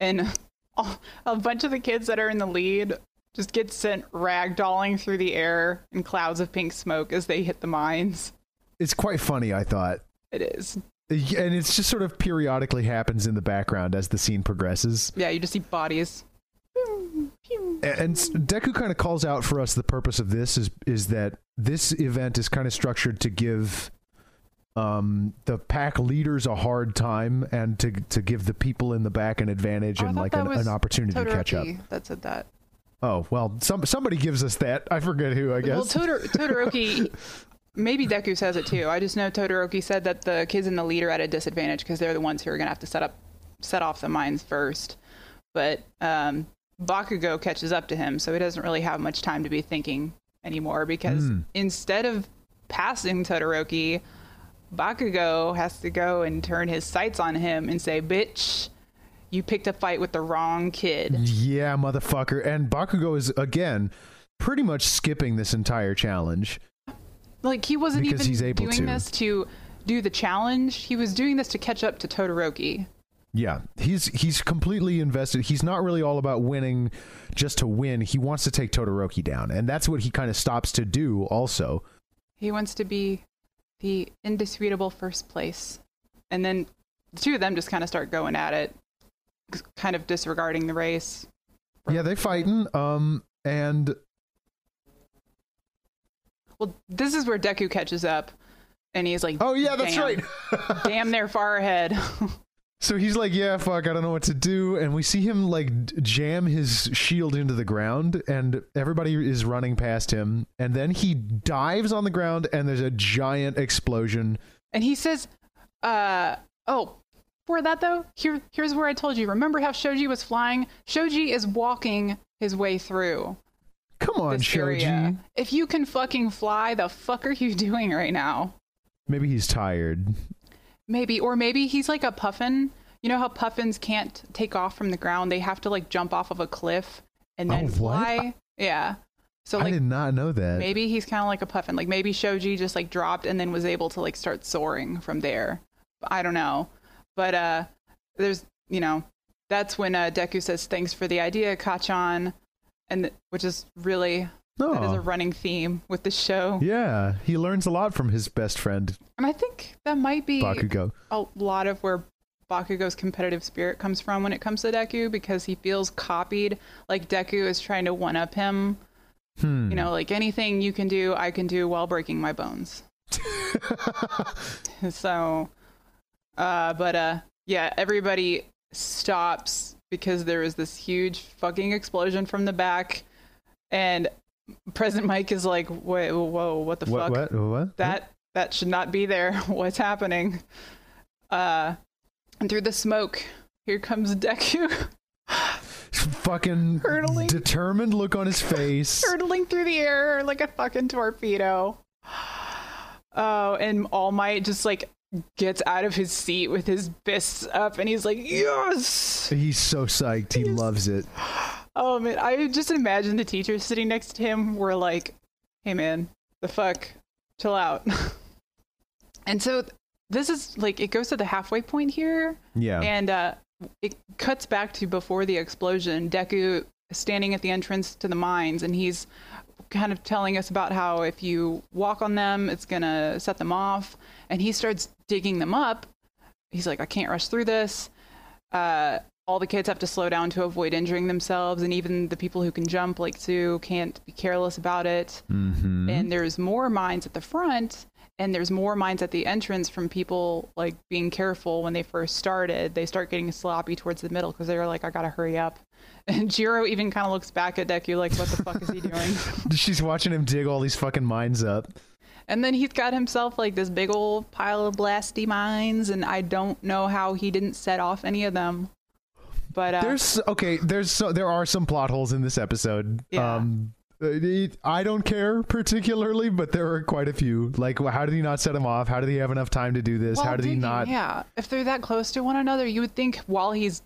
S1: and all, a bunch of the kids that are in the lead just get sent ragdolling through the air in clouds of pink smoke as they hit the mines.
S2: It's quite funny, I thought,
S1: It is,
S2: and it's just sort of periodically happens in the background as the scene progresses.
S1: yeah. You just see bodies.
S2: A- And s- Deku kind of calls out for us the purpose of this is is that this event is kind of structured to give um the pack leaders a hard time and to to give the people in the back an advantage
S1: Oh, I
S2: and
S1: thought
S2: like
S1: that
S2: an,
S1: was
S2: an opportunity to catch up.
S1: Todoroki That said that.
S2: Oh well, some somebody gives us that. I forget who. I
S1: Well,
S2: guess
S1: Todor- Todoroki, Maybe Deku says it too. I just know Todoroki said that the kids in the lead are at a disadvantage because they're the ones who are going to have to set up, set off the mines first. But um, Bakugo catches up to him, so he doesn't really have much time to be thinking anymore because
S2: Mm.
S1: instead of passing Todoroki, Bakugo has to go and turn his sights on him and say, "Bitch, you picked a fight with the wrong kid."
S2: Yeah, motherfucker. And Bakugo is again pretty much skipping this entire challenge.
S1: Like he wasn't
S2: Because
S1: even
S2: he's able
S1: doing
S2: to.
S1: this to do the challenge. He was doing this to catch up to Todoroki.
S2: Yeah, he's he's completely invested. He's not really all about winning just to win. He wants to take Todoroki down, and that's what he kind of stops to do. Also,
S1: He wants to be the indisputable first place. And then the two of them just kind of start going at it, c- kind of disregarding the race.
S2: yeah, they fighting. Um, and
S1: Well, this is where Deku catches up and he's like,
S2: oh yeah, that's
S1: Damn.
S2: right.
S1: damn, they're far ahead.
S2: So he's like, yeah, fuck, I don't know what to do. And we see him like d- jam his shield into the ground, and everybody is running past him. And then he dives on the ground, and there's a giant explosion.
S1: and he says, uh, oh, for that though, here, here's where I told you. Remember how Shoji was flying? Shoji is walking his way through
S2: Come on,
S1: this
S2: Shoji.
S1: area. If you can fucking fly, the fuck are you doing right now?
S2: Maybe he's tired.
S1: Maybe, or maybe he's like a puffin. You know how puffins can't take off from the ground; they have to like jump off of a cliff and
S2: Oh,
S1: then
S2: what?
S1: fly. Yeah. So
S2: I
S1: like
S2: did not know that.
S1: maybe he's kind of like a puffin. Like maybe Shoji just like dropped and then was able to like start soaring from there. I don't know, but uh, there's you know that's when uh, Deku says thanks for the idea, Kachan, and th- which is really that is
S2: Oh.
S1: a running theme with the show.
S2: Yeah, he learns a lot from his best friend
S1: And I think that might be
S2: Bakugo.
S1: a lot of where Bakugo's competitive spirit comes from when it comes to Deku because he feels copied. Like Deku is trying to one up him.
S2: Hmm.
S1: You know, like anything you can do, I can do while breaking my bones. So, uh, but uh, yeah, everybody stops because there was this huge fucking explosion from the back, and President Mike is like, "Wait, whoa, what the
S2: what,
S1: fuck?"
S2: what? What?
S1: that that should not be there what's happening uh and through the smoke here comes deku
S2: fucking
S1: Hurtling.
S2: determined look on his face.
S1: hurtling through the air like a fucking torpedo oh and all might just like gets out of his seat with his fists up and he's like yes
S2: He's so psyched. He loves it.
S1: oh man i just imagine the teachers sitting next to him were like hey man the fuck chill out and so this is like it goes to the halfway point here
S2: Yeah.
S1: And uh, it cuts back to before the explosion. Deku standing at the entrance to the mines, and he's kind of telling us about how if you walk on them, it's gonna set them off. And he starts digging them up. He's like, I can't rush through this. Uh, all the kids have to slow down to avoid injuring themselves, and even the people who can jump, like Sue, can't be careless about it
S2: mm-hmm.
S1: and there's more mines at the front and there's more mines at the entrance from people like being careful when they first started they start getting sloppy towards the middle because they're like i gotta hurry up and jiro even kind of looks back at deku like what the fuck is he doing
S2: She's watching him dig all these fucking mines up.
S1: and then he's got himself like this big old pile of blasty mines and i don't know how he didn't set off any of them but uh,
S2: There's okay. There's so, there are some plot holes in this episode.
S1: Yeah.
S2: Um, it- I don't care particularly, but there are quite a few. Like, well, how did he not set him off? How did he have enough time to do this?
S1: well,
S2: how did he
S1: thinking,
S2: not?
S1: yeah if they're that close to one another you would think while he's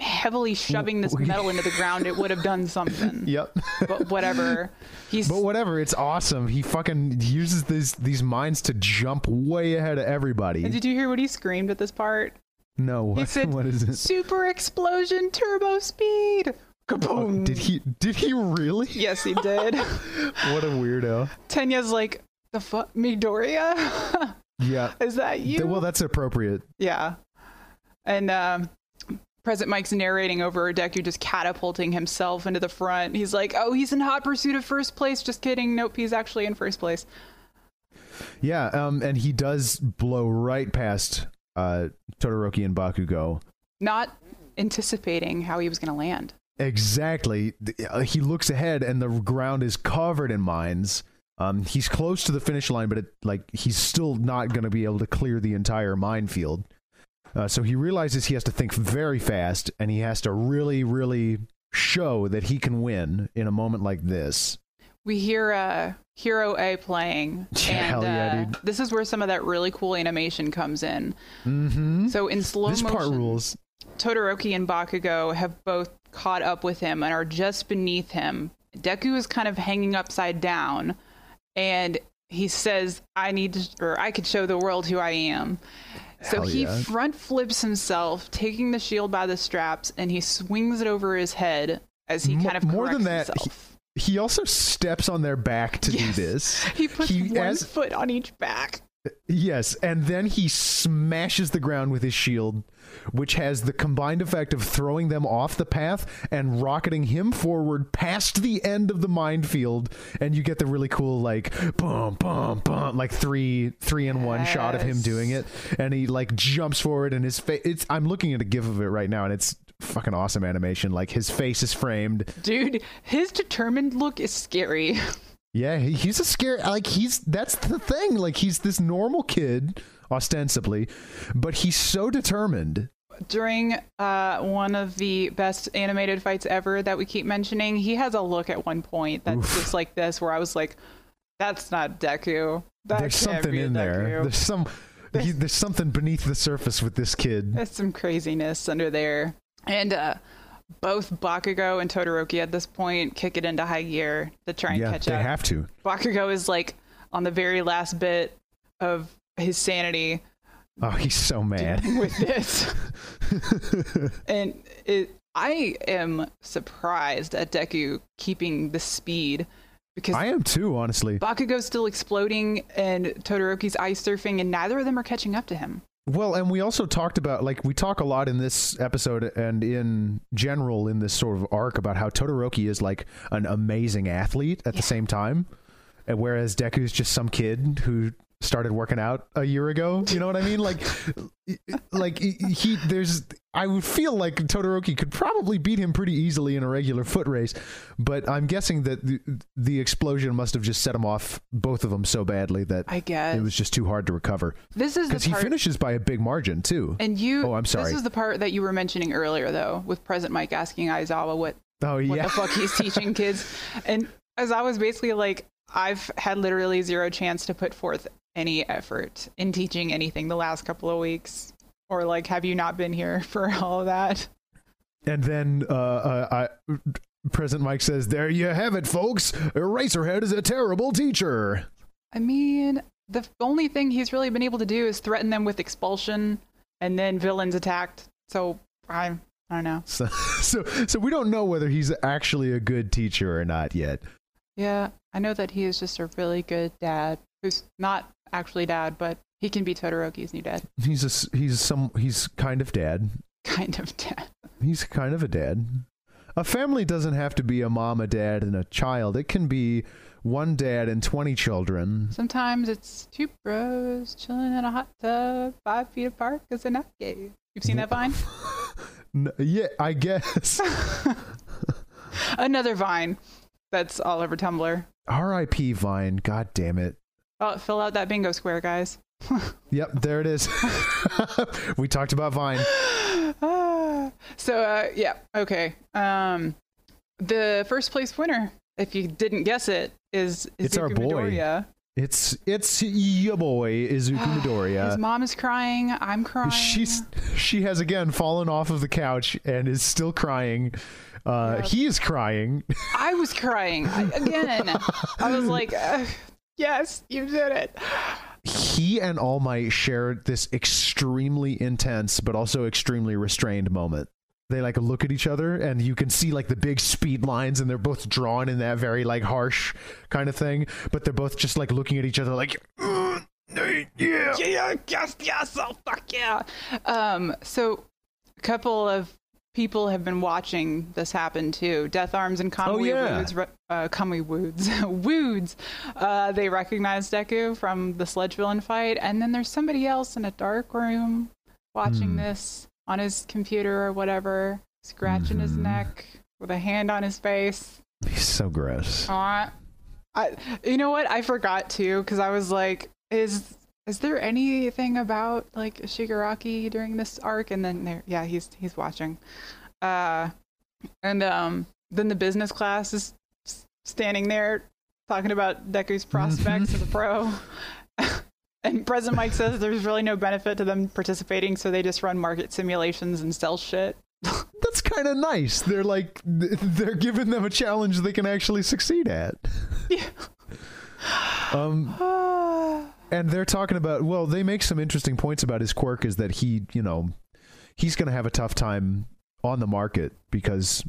S1: heavily shoving this metal into the ground it would have done something
S2: Yep.
S1: but whatever. He's
S2: But whatever, it's awesome. He fucking uses these these mines to jump way ahead of everybody.
S1: did you hear what he screamed at this part?
S2: No,
S1: He
S2: what,
S1: said
S2: what is this?
S1: super explosion turbo speed. Kaboom.
S2: Did he did he really?
S1: yes, he did.
S2: What a weirdo.
S1: Tenya's like, the fuck Midoriya?
S2: Yeah.
S1: Is that you?
S2: Th- Well, that's appropriate.
S1: yeah. And um President Mike's narrating over Deku just catapulting himself into the front. He's like, "Oh, he's in hot pursuit of first place." Just kidding. Nope, he's actually in first place.
S2: Yeah, um and he does blow right past uh Todoroki and Bakugo.
S1: Not anticipating how he was going to land.
S2: Exactly. Th- uh, He looks ahead and the ground is covered in mines. Um, he's close to the finish line, but it, like he's still not going to be able to clear the entire minefield. Uh, so he realizes he has to think very fast, and he has to really, really show that he can win in a moment like this.
S1: we hear uh hero a playing and
S2: Yeah, hell yeah,
S1: uh,
S2: dude.
S1: this is where some of that really cool animation comes in
S2: Mm-hmm.
S1: so in slow
S2: This
S1: motion
S2: part rules.
S1: todoroki and bakugo have both caught up with him and are just beneath him deku is kind of hanging upside down and he says i need to or i could show the world who i am so
S2: Hell
S1: he
S2: yeah.
S1: front flips himself taking the shield by the straps and he swings it over his head as he
S2: Mo-
S1: kind of
S2: more than
S1: corrects
S2: that, he-
S1: himself.
S2: He also steps on their back to
S1: Yes.
S2: do this.
S1: He puts
S2: He-
S1: one
S2: as-
S1: foot on each back.
S2: Yes, and then he smashes the ground with his shield, which has the combined effect of throwing them off the path and rocketing him forward past the end of the minefield, and you get the really cool like boom, boom, boom, like three, three in one shot of him
S1: Yes.
S2: doing it, and he like jumps forward and his face. It's I'm looking at a gif of it right now, and it's fucking awesome animation. Like his face is framed,
S1: Dude, his determined look is scary.
S2: yeah, he, he's a scare. Like he's that's the thing. Like he's this normal kid ostensibly, but he's so determined.
S1: During uh, one of the best animated fights ever that we keep mentioning, he has a look at one point that's just like this, where I was like, that's not Deku. That
S2: There's
S1: can't
S2: something
S1: be
S2: in there.
S1: Deku.
S2: There's some. He, there's something beneath the surface with this kid.
S1: There's some craziness under there. And uh, both Bakugo and Todoroki at this point kick it into high gear to try and
S2: Yeah,
S1: catch
S2: they
S1: up.
S2: have to.
S1: Bakugo is like on the very last bit of his sanity.
S2: Oh, he's so mad.
S1: with this. and it, I am surprised at Deku keeping the speed because
S2: I am too, honestly.
S1: Bakugo's still exploding and Todoroki's ice surfing, and neither of them are catching up to him.
S2: Well, and we also talked about like we talk a lot in this episode and in general in this sort of arc about how Todoroki is like an amazing athlete at the same time, and whereas Deku's just some kid who started working out a year ago. You know what I mean? Like, like he there's I would feel like Todoroki could probably beat him pretty easily in a regular foot race, but I'm guessing that the, the explosion must have just set him off both of them so badly that
S1: I guess
S2: it was just too hard to recover
S1: this is the
S2: because he
S1: part.
S2: finishes by a big margin too.
S1: and you,
S2: Oh, I'm sorry.
S1: This is the part that you were mentioning earlier, though, with Present Mike asking Aizawa what
S2: oh
S1: what
S2: yeah,
S1: the fuck he's teaching kids. And as I was basically like, I've had literally zero chance to put forth any effort in teaching anything the last couple of weeks. Or like, have you not been here for all of that?
S2: and then uh, uh, I, President Mike says, "There you have it, folks. Eraserhead is a terrible teacher."
S1: I mean, the only thing he's really been able to do is threaten them with expulsion, and then villains attacked. So I, I don't know.
S2: So, so, so we don't know whether he's actually a good teacher or not yet.
S1: Yeah, I know that he is just a really good dad who's not actually dad, but he can be Todoroki's new dad,
S2: He's a s he's some he's kind of dad.
S1: kind of dad.
S2: He's kind of a dad. A family doesn't have to be a mom, a dad, and a child. It can be one dad and twenty children.
S1: Sometimes it's two bros chilling in a hot tub five feet apart because they're not gay. You've seen that vine?
S2: N- yeah, I guess.
S1: Another vine that's all over Tumblr.
S2: R.I.P. Vine. God damn it.
S1: Oh, fill out that bingo square, guys.
S2: Yep, there it is. we talked about Vine.
S1: Ah. so, uh, yeah, okay. Um, the first place winner, if you didn't guess it, is Izuku
S2: It's our boy.
S1: Midoriya.
S2: It's it's your boy Izuku
S1: His
S2: Midoriya.
S1: mom is crying. I'm crying.
S2: She's she has again fallen off of the couch and is still crying. Uh,
S1: Yes.
S2: He is crying.
S1: I was crying I, again. I was like, "Ugh, yes, you did it.
S2: He and All Might share this extremely intense but also extremely restrained moment. They like look at each other and you can see like the big speed lines and they're both drawn in that very like harsh kind of thing. But they're both just like looking at each other like, "Mm, eh, yeah.
S1: uh, yeah, yes, yes, oh fuck yeah. Um, so a couple of people have been watching this happen too. Death Arms and Conway
S2: Oh, yeah.
S1: Woods, re- uh, Conway Woods, Woods. Uh, they recognize Deku from the Sledge Villain fight, and then there's somebody else in a dark room watching
S2: Hmm.
S1: this on his computer or whatever, scratching his
S2: Mhm.
S1: neck with a hand on his face.
S2: He's so gross.
S1: Aw, I, you know what? I forgot too because I was like, is is there anything about like Shigaraki during this arc? And then there, yeah, he's he's watching. Uh, and um, then the business class is s- standing there talking about Deku's prospects as a pro. and President Mike says there's really no benefit to them participating, so they just run market simulations and sell shit.
S2: That's kind of nice. They're like th- they're giving them a challenge they can actually succeed at.
S1: Yeah.
S2: Um, and they're talking about well, they make some interesting points about his quirk is that he, you know, he's going to have a tough time on the market because,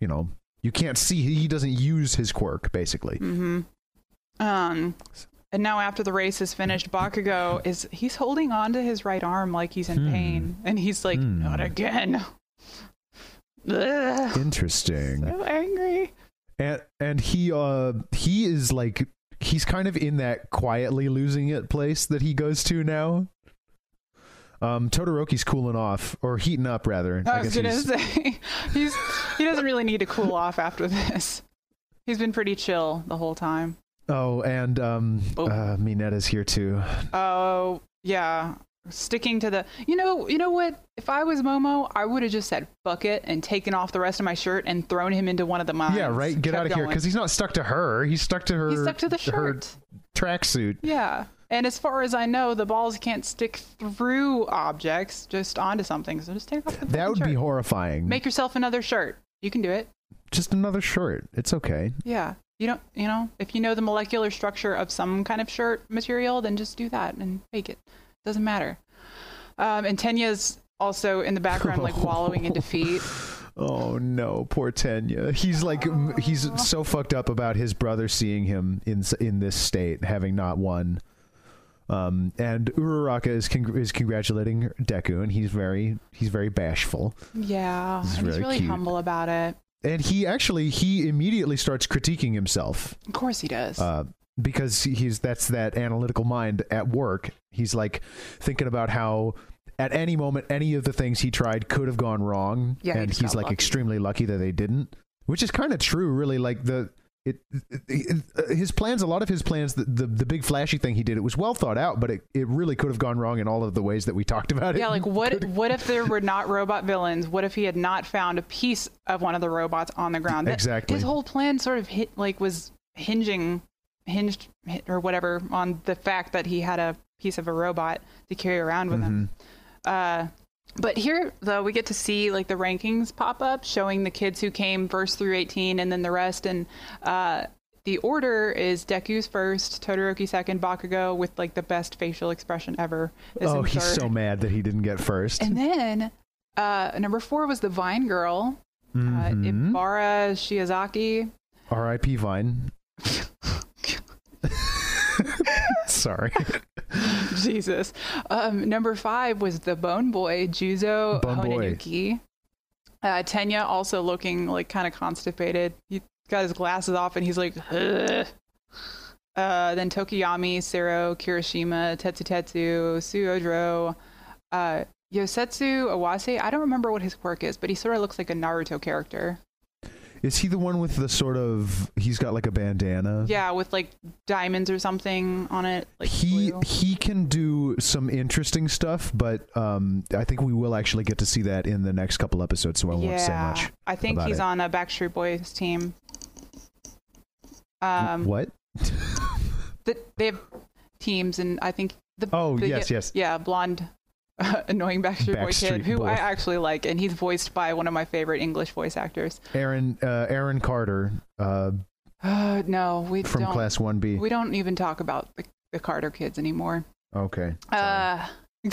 S2: you know, you can't see he doesn't use his quirk basically.
S1: Mm-hmm. Um, and now after the race is finished, Bakugo is he's holding on to his right arm like he's in
S2: Hmm.
S1: pain, and he's like,
S2: Hmm.
S1: "Not again." Ugh,
S2: Interesting.
S1: so angry.
S2: and and he uh he is like he's kind of in that quietly losing it place that he goes to now um todoroki's cooling off or heating up rather
S1: I, was gonna
S2: he's-
S1: say he's he doesn't really need to cool off after this. He's been pretty chill the whole time.
S2: oh and um
S1: Oh.
S2: uh minetta's here too
S1: Oh yeah, sticking to the. You know, you know what? If I was Momo, I would have just said "fuck it" and taken off the rest of my shirt and thrown him into one of the mines.
S2: yeah right get
S1: Uh, Kept
S2: out of here
S1: going.
S2: because he's not stuck to her he's stuck to her
S1: He's stuck to the
S2: her
S1: shirt.
S2: tracksuit
S1: Yeah. And as far as I know, the balls can't stick through objects, just onto something. So just take off the
S2: that
S1: fucking
S2: would
S1: shirt.
S2: be horrifying
S1: Make yourself another shirt. You can do it.
S2: just another shirt it's okay
S1: Yeah. You don't, you know, if you know the molecular structure of some kind of shirt material, then just do that and make it. Doesn't matter. Um, and Tenya's also in the background, like wallowing in defeat.
S2: Oh no, poor Tenya. He's like m- he's so fucked up about his brother seeing him in s- in this state, having not won. Um, and Uraraka is con- is congratulating Deku, and he's very he's very bashful.
S1: Yeah.
S2: This is
S1: and he's
S2: very
S1: really
S2: cute.
S1: humble about it.
S2: And he actually he immediately starts critiquing himself
S1: Of course he does.
S2: uh, because he's that's that analytical mind at work. He's like thinking about how at any moment any of the things he tried could have gone wrong,
S1: Yeah, he
S2: and
S1: just
S2: he's
S1: got
S2: like
S1: lucky.
S2: extremely lucky that they didn't, which is kind of true, really. Like the. It, it- it- his plans, a lot of his plans, the, the the big flashy thing he did, it was well thought out, but it, it really could have gone wrong in all of the ways that we talked about it.
S1: Yeah, like what what if there were not robot villains? What if he had not found a piece of one of the robots on the ground?
S2: Exactly.
S1: His whole plan sort of hit like was hinging hinged hi- or whatever on the fact that he had a piece of a robot to carry around with
S2: Mm-hmm.
S1: him. Uh but here though we get to see like the rankings pop up showing the kids who came first through 18 and then the rest and uh the order is Deku's first, Todoroki second, Bakugo with like the best facial expression ever. is
S2: oh,
S1: in
S2: he's
S1: third.
S2: so mad that he didn't get first.
S1: And then uh, number four was the Vine Girl, uh,
S2: Mhm.
S1: Ibara Shiazaki.
S2: R.I.P. Vine. Sorry.
S1: Jesus. Um, number five was the Bone Boy, Juzo
S2: Bone Boy.
S1: Honanuki. Uh, Tenya also looking like kind of constipated. He got his glasses off and he's like, "Ugh." uh, then Tokiyami, Sero, Kirishima, Tetsu Tetsu, Suodro, uh, Yosetsu Awase. I don't remember what his quirk is, but he sort of looks like a Naruto character.
S2: Is he the one with the sort of he's got like a bandana?
S1: Yeah, with like diamonds or something on it. Like
S2: he
S1: blue.
S2: he can do some interesting stuff, but um I think we will actually get to see that in the next couple episodes, so I won't say
S1: yeah,
S2: much.
S1: I think
S2: about
S1: he's
S2: it.
S1: on a Backstreet Boys team. Um,
S2: what?
S1: th- they have teams, and I think the
S2: Oh,
S1: they
S2: yes,
S1: get-
S2: yes.
S1: yeah, blonde, annoying Backstreet, Boy kid
S2: Backstreet
S1: who I
S2: Boy.
S1: actually like, and he's voiced by one of my favorite English voice actors.
S2: Aaron uh Aaron Carter uh
S1: Uh, no, we
S2: from
S1: don't.
S2: class 1B.
S1: we don't even talk about the, the Carter kids anymore.
S2: okay. sorry.
S1: Uh,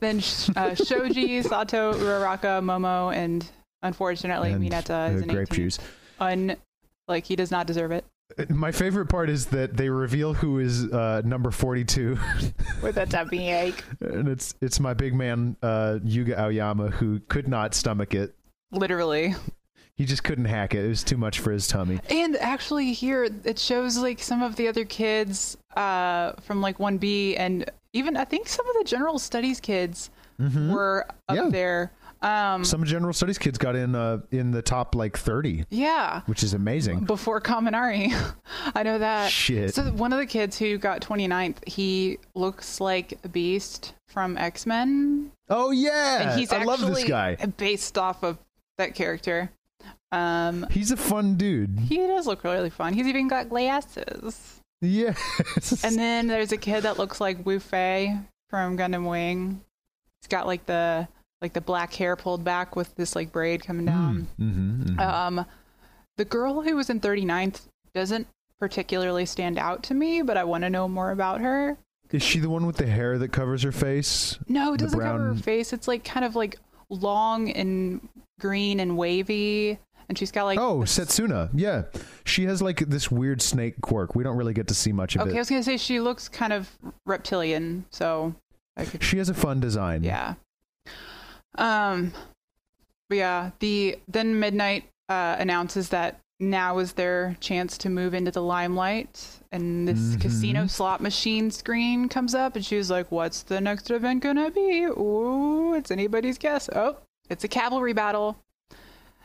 S1: then sh- uh, Shoji, Sato, Uraraka, Momo, and unfortunately
S2: And
S1: Mineta
S2: the
S1: is an
S2: grape
S1: 18.
S2: juice.
S1: Un- like he does not deserve it
S2: My favorite part is that they reveal who is uh number 42.
S1: with a tummy ache.
S2: and it's it's my big man uh Yuga Aoyama who could not stomach it.
S1: Literally.
S2: He just couldn't hack it. It was too much for his tummy.
S1: And actually here it shows like some of the other kids uh, from like 1B and even I think some of the general studies kids were up
S2: Mm-hmm. Yeah.
S1: there. Um,
S2: Some general studies kids got in uh, in the top like 30,
S1: yeah.
S2: which is amazing.
S1: Before Kaminari. I know that.
S2: Shit.
S1: Uh, So one of the kids who got 29th, he looks like Beast from X-Men.
S2: Oh yeah,
S1: and he's
S2: I love
S1: actually
S2: this guy.
S1: based off of that character. Um,
S2: He's a fun dude.
S1: he does look really fun. He's even got glasses.
S2: Yes.
S1: And then there's a kid that looks like Wu Fei from Gundam Wing. He's got like the like the black hair pulled back with this like braid coming down.
S2: mm-hmm,
S1: Um, the girl who was in 39th doesn't particularly stand out to me, but I want to know more about her.
S2: Is she the one with the hair that covers her face?
S1: No, it
S2: The
S1: doesn't cover her
S2: brown-
S1: face. It's like kind of like long and green and wavy, and she's got like
S2: oh,
S1: this-
S2: Setsuna. Yeah, she has like this weird snake quirk. We don't really get to see much of
S1: Okay, I
S2: it.
S1: was gonna say she looks kind of reptilian, so I could
S2: She has a fun design.
S1: yeah. Um, but yeah. The then midnight uh, announces that now is their chance to move into the limelight, and this
S2: Mhm.
S1: casino slot machine screen comes up, and she was like, "What's the next event gonna be? Ooh, it's anybody's guess. Oh, it's a cavalry battle."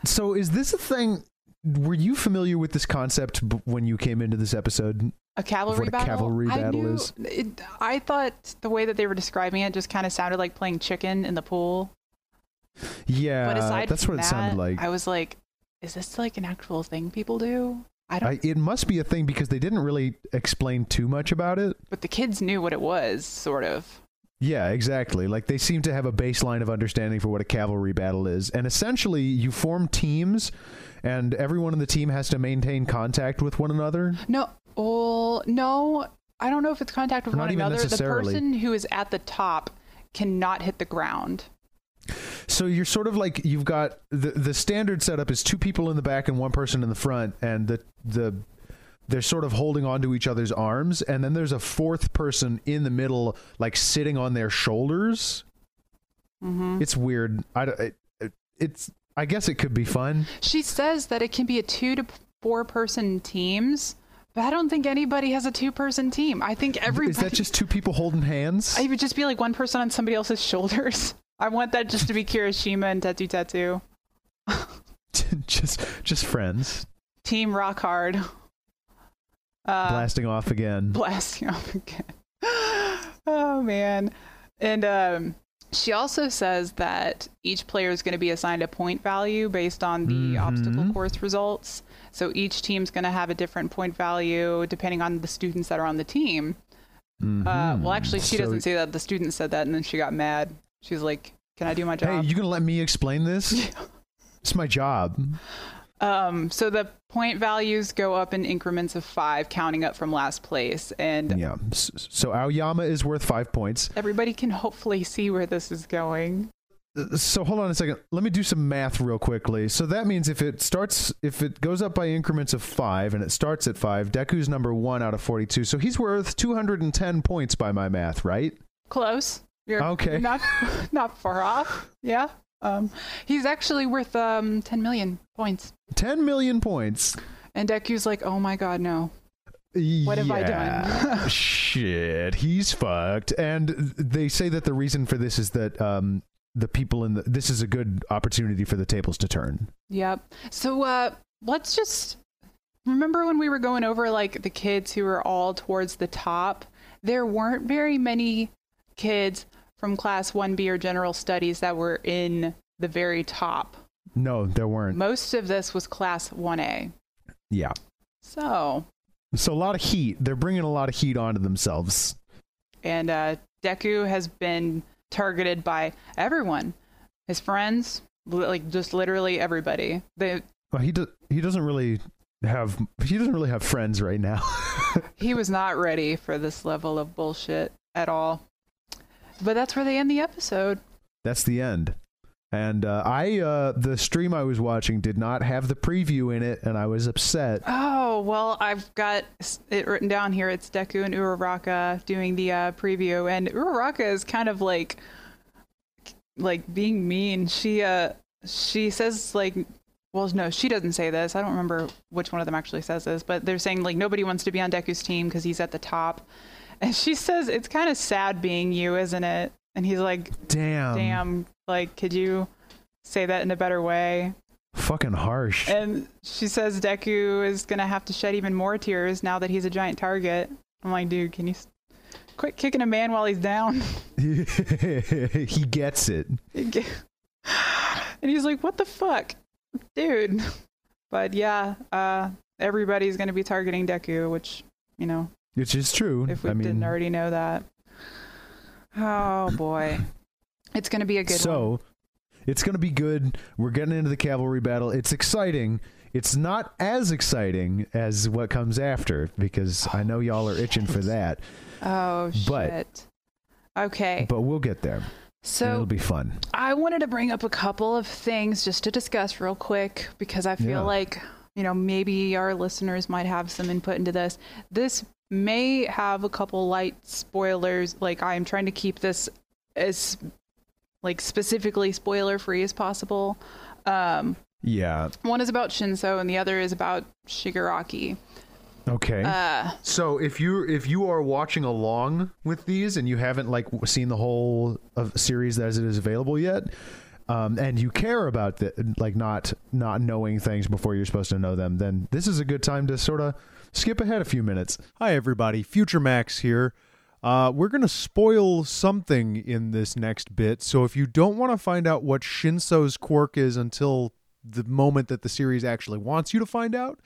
S2: So is this a thing? Were you familiar with this concept b- when you came into this episode?
S1: A cavalry
S2: What a
S1: battle.
S2: cavalry
S1: I
S2: battle
S1: knew-
S2: is.
S1: It, I thought the way that they were describing it just kind of sounded like playing chicken in the pool.
S2: Yeah,
S1: but aside
S2: that's
S1: from
S2: what it
S1: that,
S2: sounded like.
S1: I was like, "Is this like an actual thing people do?" I don't.
S2: I, it must be a thing because they didn't really explain too much about it.
S1: but the kids knew what it was, sort of.
S2: Yeah, exactly. Like they seem to have a baseline of understanding for what a cavalry battle is. And essentially, you form teams and everyone on the team has to maintain contact with one another.
S1: No, well, no, I don't know if it's contact with
S2: Not
S1: one
S2: even
S1: another. The
S2: necessarily.
S1: person who is at the top cannot hit the ground.
S2: So you're sort of like you've got the the standard setup is two people in the back and one person in the front and the the they're sort of holding onto each other's arms and then there's a fourth person in the middle like sitting on their shoulders.
S1: hmm
S2: It's weird. I don't- it, it- it's I guess it could be fun.
S1: She says that it can be a two to four person teams, but I don't think anybody has a two person team. I think everybody.
S2: Is that just two people holding hands?
S1: I would just be like one person on somebody else's shoulders. I want that just to be Kirishima and Tattoo Tattoo.
S2: just just friends
S1: Team Rock Hard. Uh,
S2: blasting off again.
S1: blasting off again. Oh man. And um she also says that each player is going to be assigned a point value based on the
S2: Mhm.
S1: obstacle course results. So each team's going to have a different point value depending on the students that are on the team. Uh, well, actually, she
S2: Mm, Mm-hmm. So-
S1: doesn't say that. The student said that, and then she got mad. She's like, "Can I do my
S2: Hey,
S1: job?"
S2: you gonna let me explain this? it's my job.
S1: Um, so the point values go up in increments of five, counting up from last place, and
S2: Yeah. S- So Aoyama is worth five points.
S1: everybody can hopefully see where this is going.
S2: Uh, So hold on a second. Let me do some math real quickly. So that means if it starts, if it goes up by increments of five and it starts at five, Deku's number one out of 42. So he's worth 210 points by my math, right?
S1: Close. You're
S2: Okay.
S1: Not not far off. Yeah. Um, he's actually worth um 10 million points.
S2: 10 million points.
S1: And Deku's like, oh my god, no. What have I done?
S2: Shit, he's fucked. And they say that the reason for this is that um, the people in the this is a good opportunity for the tables to turn.
S1: Yep. So uh, let's just remember when we were going over like the kids who were all towards the top. There weren't very many kids from class 1B or general studies that were in the very top.
S2: No, there weren't.
S1: Most of this was class 1A.
S2: Yeah.
S1: So,
S2: So a lot of heat. They're bringing a lot of heat onto themselves.
S1: and uh, Deku has been targeted by everyone, his friends, li- like just literally everybody. They,
S2: Well, he do- he doesn't really have he doesn't really have friends right now.
S1: he was not ready for this level of bullshit at all. But that's where they end the episode.
S2: That's the end. And uh, I uh, the stream I was watching did not have the preview in it, and I was upset.
S1: Oh well, I've got s- it written down here. It's Deku and Uraraka doing the uh, preview, and Uraraka is kind of like, like being mean. She uh, she says like, well, no, she doesn't say this. I don't remember which one of them actually says this, but they're saying like nobody wants to be on Deku's team because he's at the top, and she says it's kind of sad being you, isn't it? And he's like,
S2: Damn.
S1: damn, like could you say that in a better way.
S2: Fucking harsh.
S1: And she says Deku is gonna have to shed even more tears now that he's a giant target. I'm like, dude, can you s- quit kicking a man while he's down?
S2: he gets it.
S1: and he's like, "What the fuck, dude?" But yeah, uh, everybody's gonna be targeting Deku, which you know,
S2: Which is true.
S1: if we
S2: Mm, I mean,
S1: didn't already know that. Oh boy, it's gonna be a good
S2: so
S1: one.
S2: it's going to be good. We're getting into the cavalry battle. It's exciting. It's not as exciting as what comes after because I know y'all are itching for that,
S1: Oh
S2: but-
S1: shit. Okay,
S2: but we'll get there. and it'll
S1: so
S2: be fun.
S1: I wanted to bring up a couple of things just to discuss real quick because I feel
S2: Yeah.
S1: like, you know, maybe our listeners might have some input into this. This may have a couple light spoilers. Like, I'm trying to keep this as, like, specifically spoiler free as possible. Um,
S2: Yeah.
S1: one is about Shinso and the other is about Shigaraki.
S2: Okay.
S1: Uh,
S2: So if you if you are watching along with these and you haven't like w- seen the whole of series as it is available yet, um, and you care about the like not not knowing things before you're supposed to know them, then this is a good time to sort of skip ahead a few minutes. Hi everybody, Future Max here. Uh, we're gonna spoil something in this next bit, so if you don't want to find out what Shinso's quirk is until the moment that the series actually wants you to find out,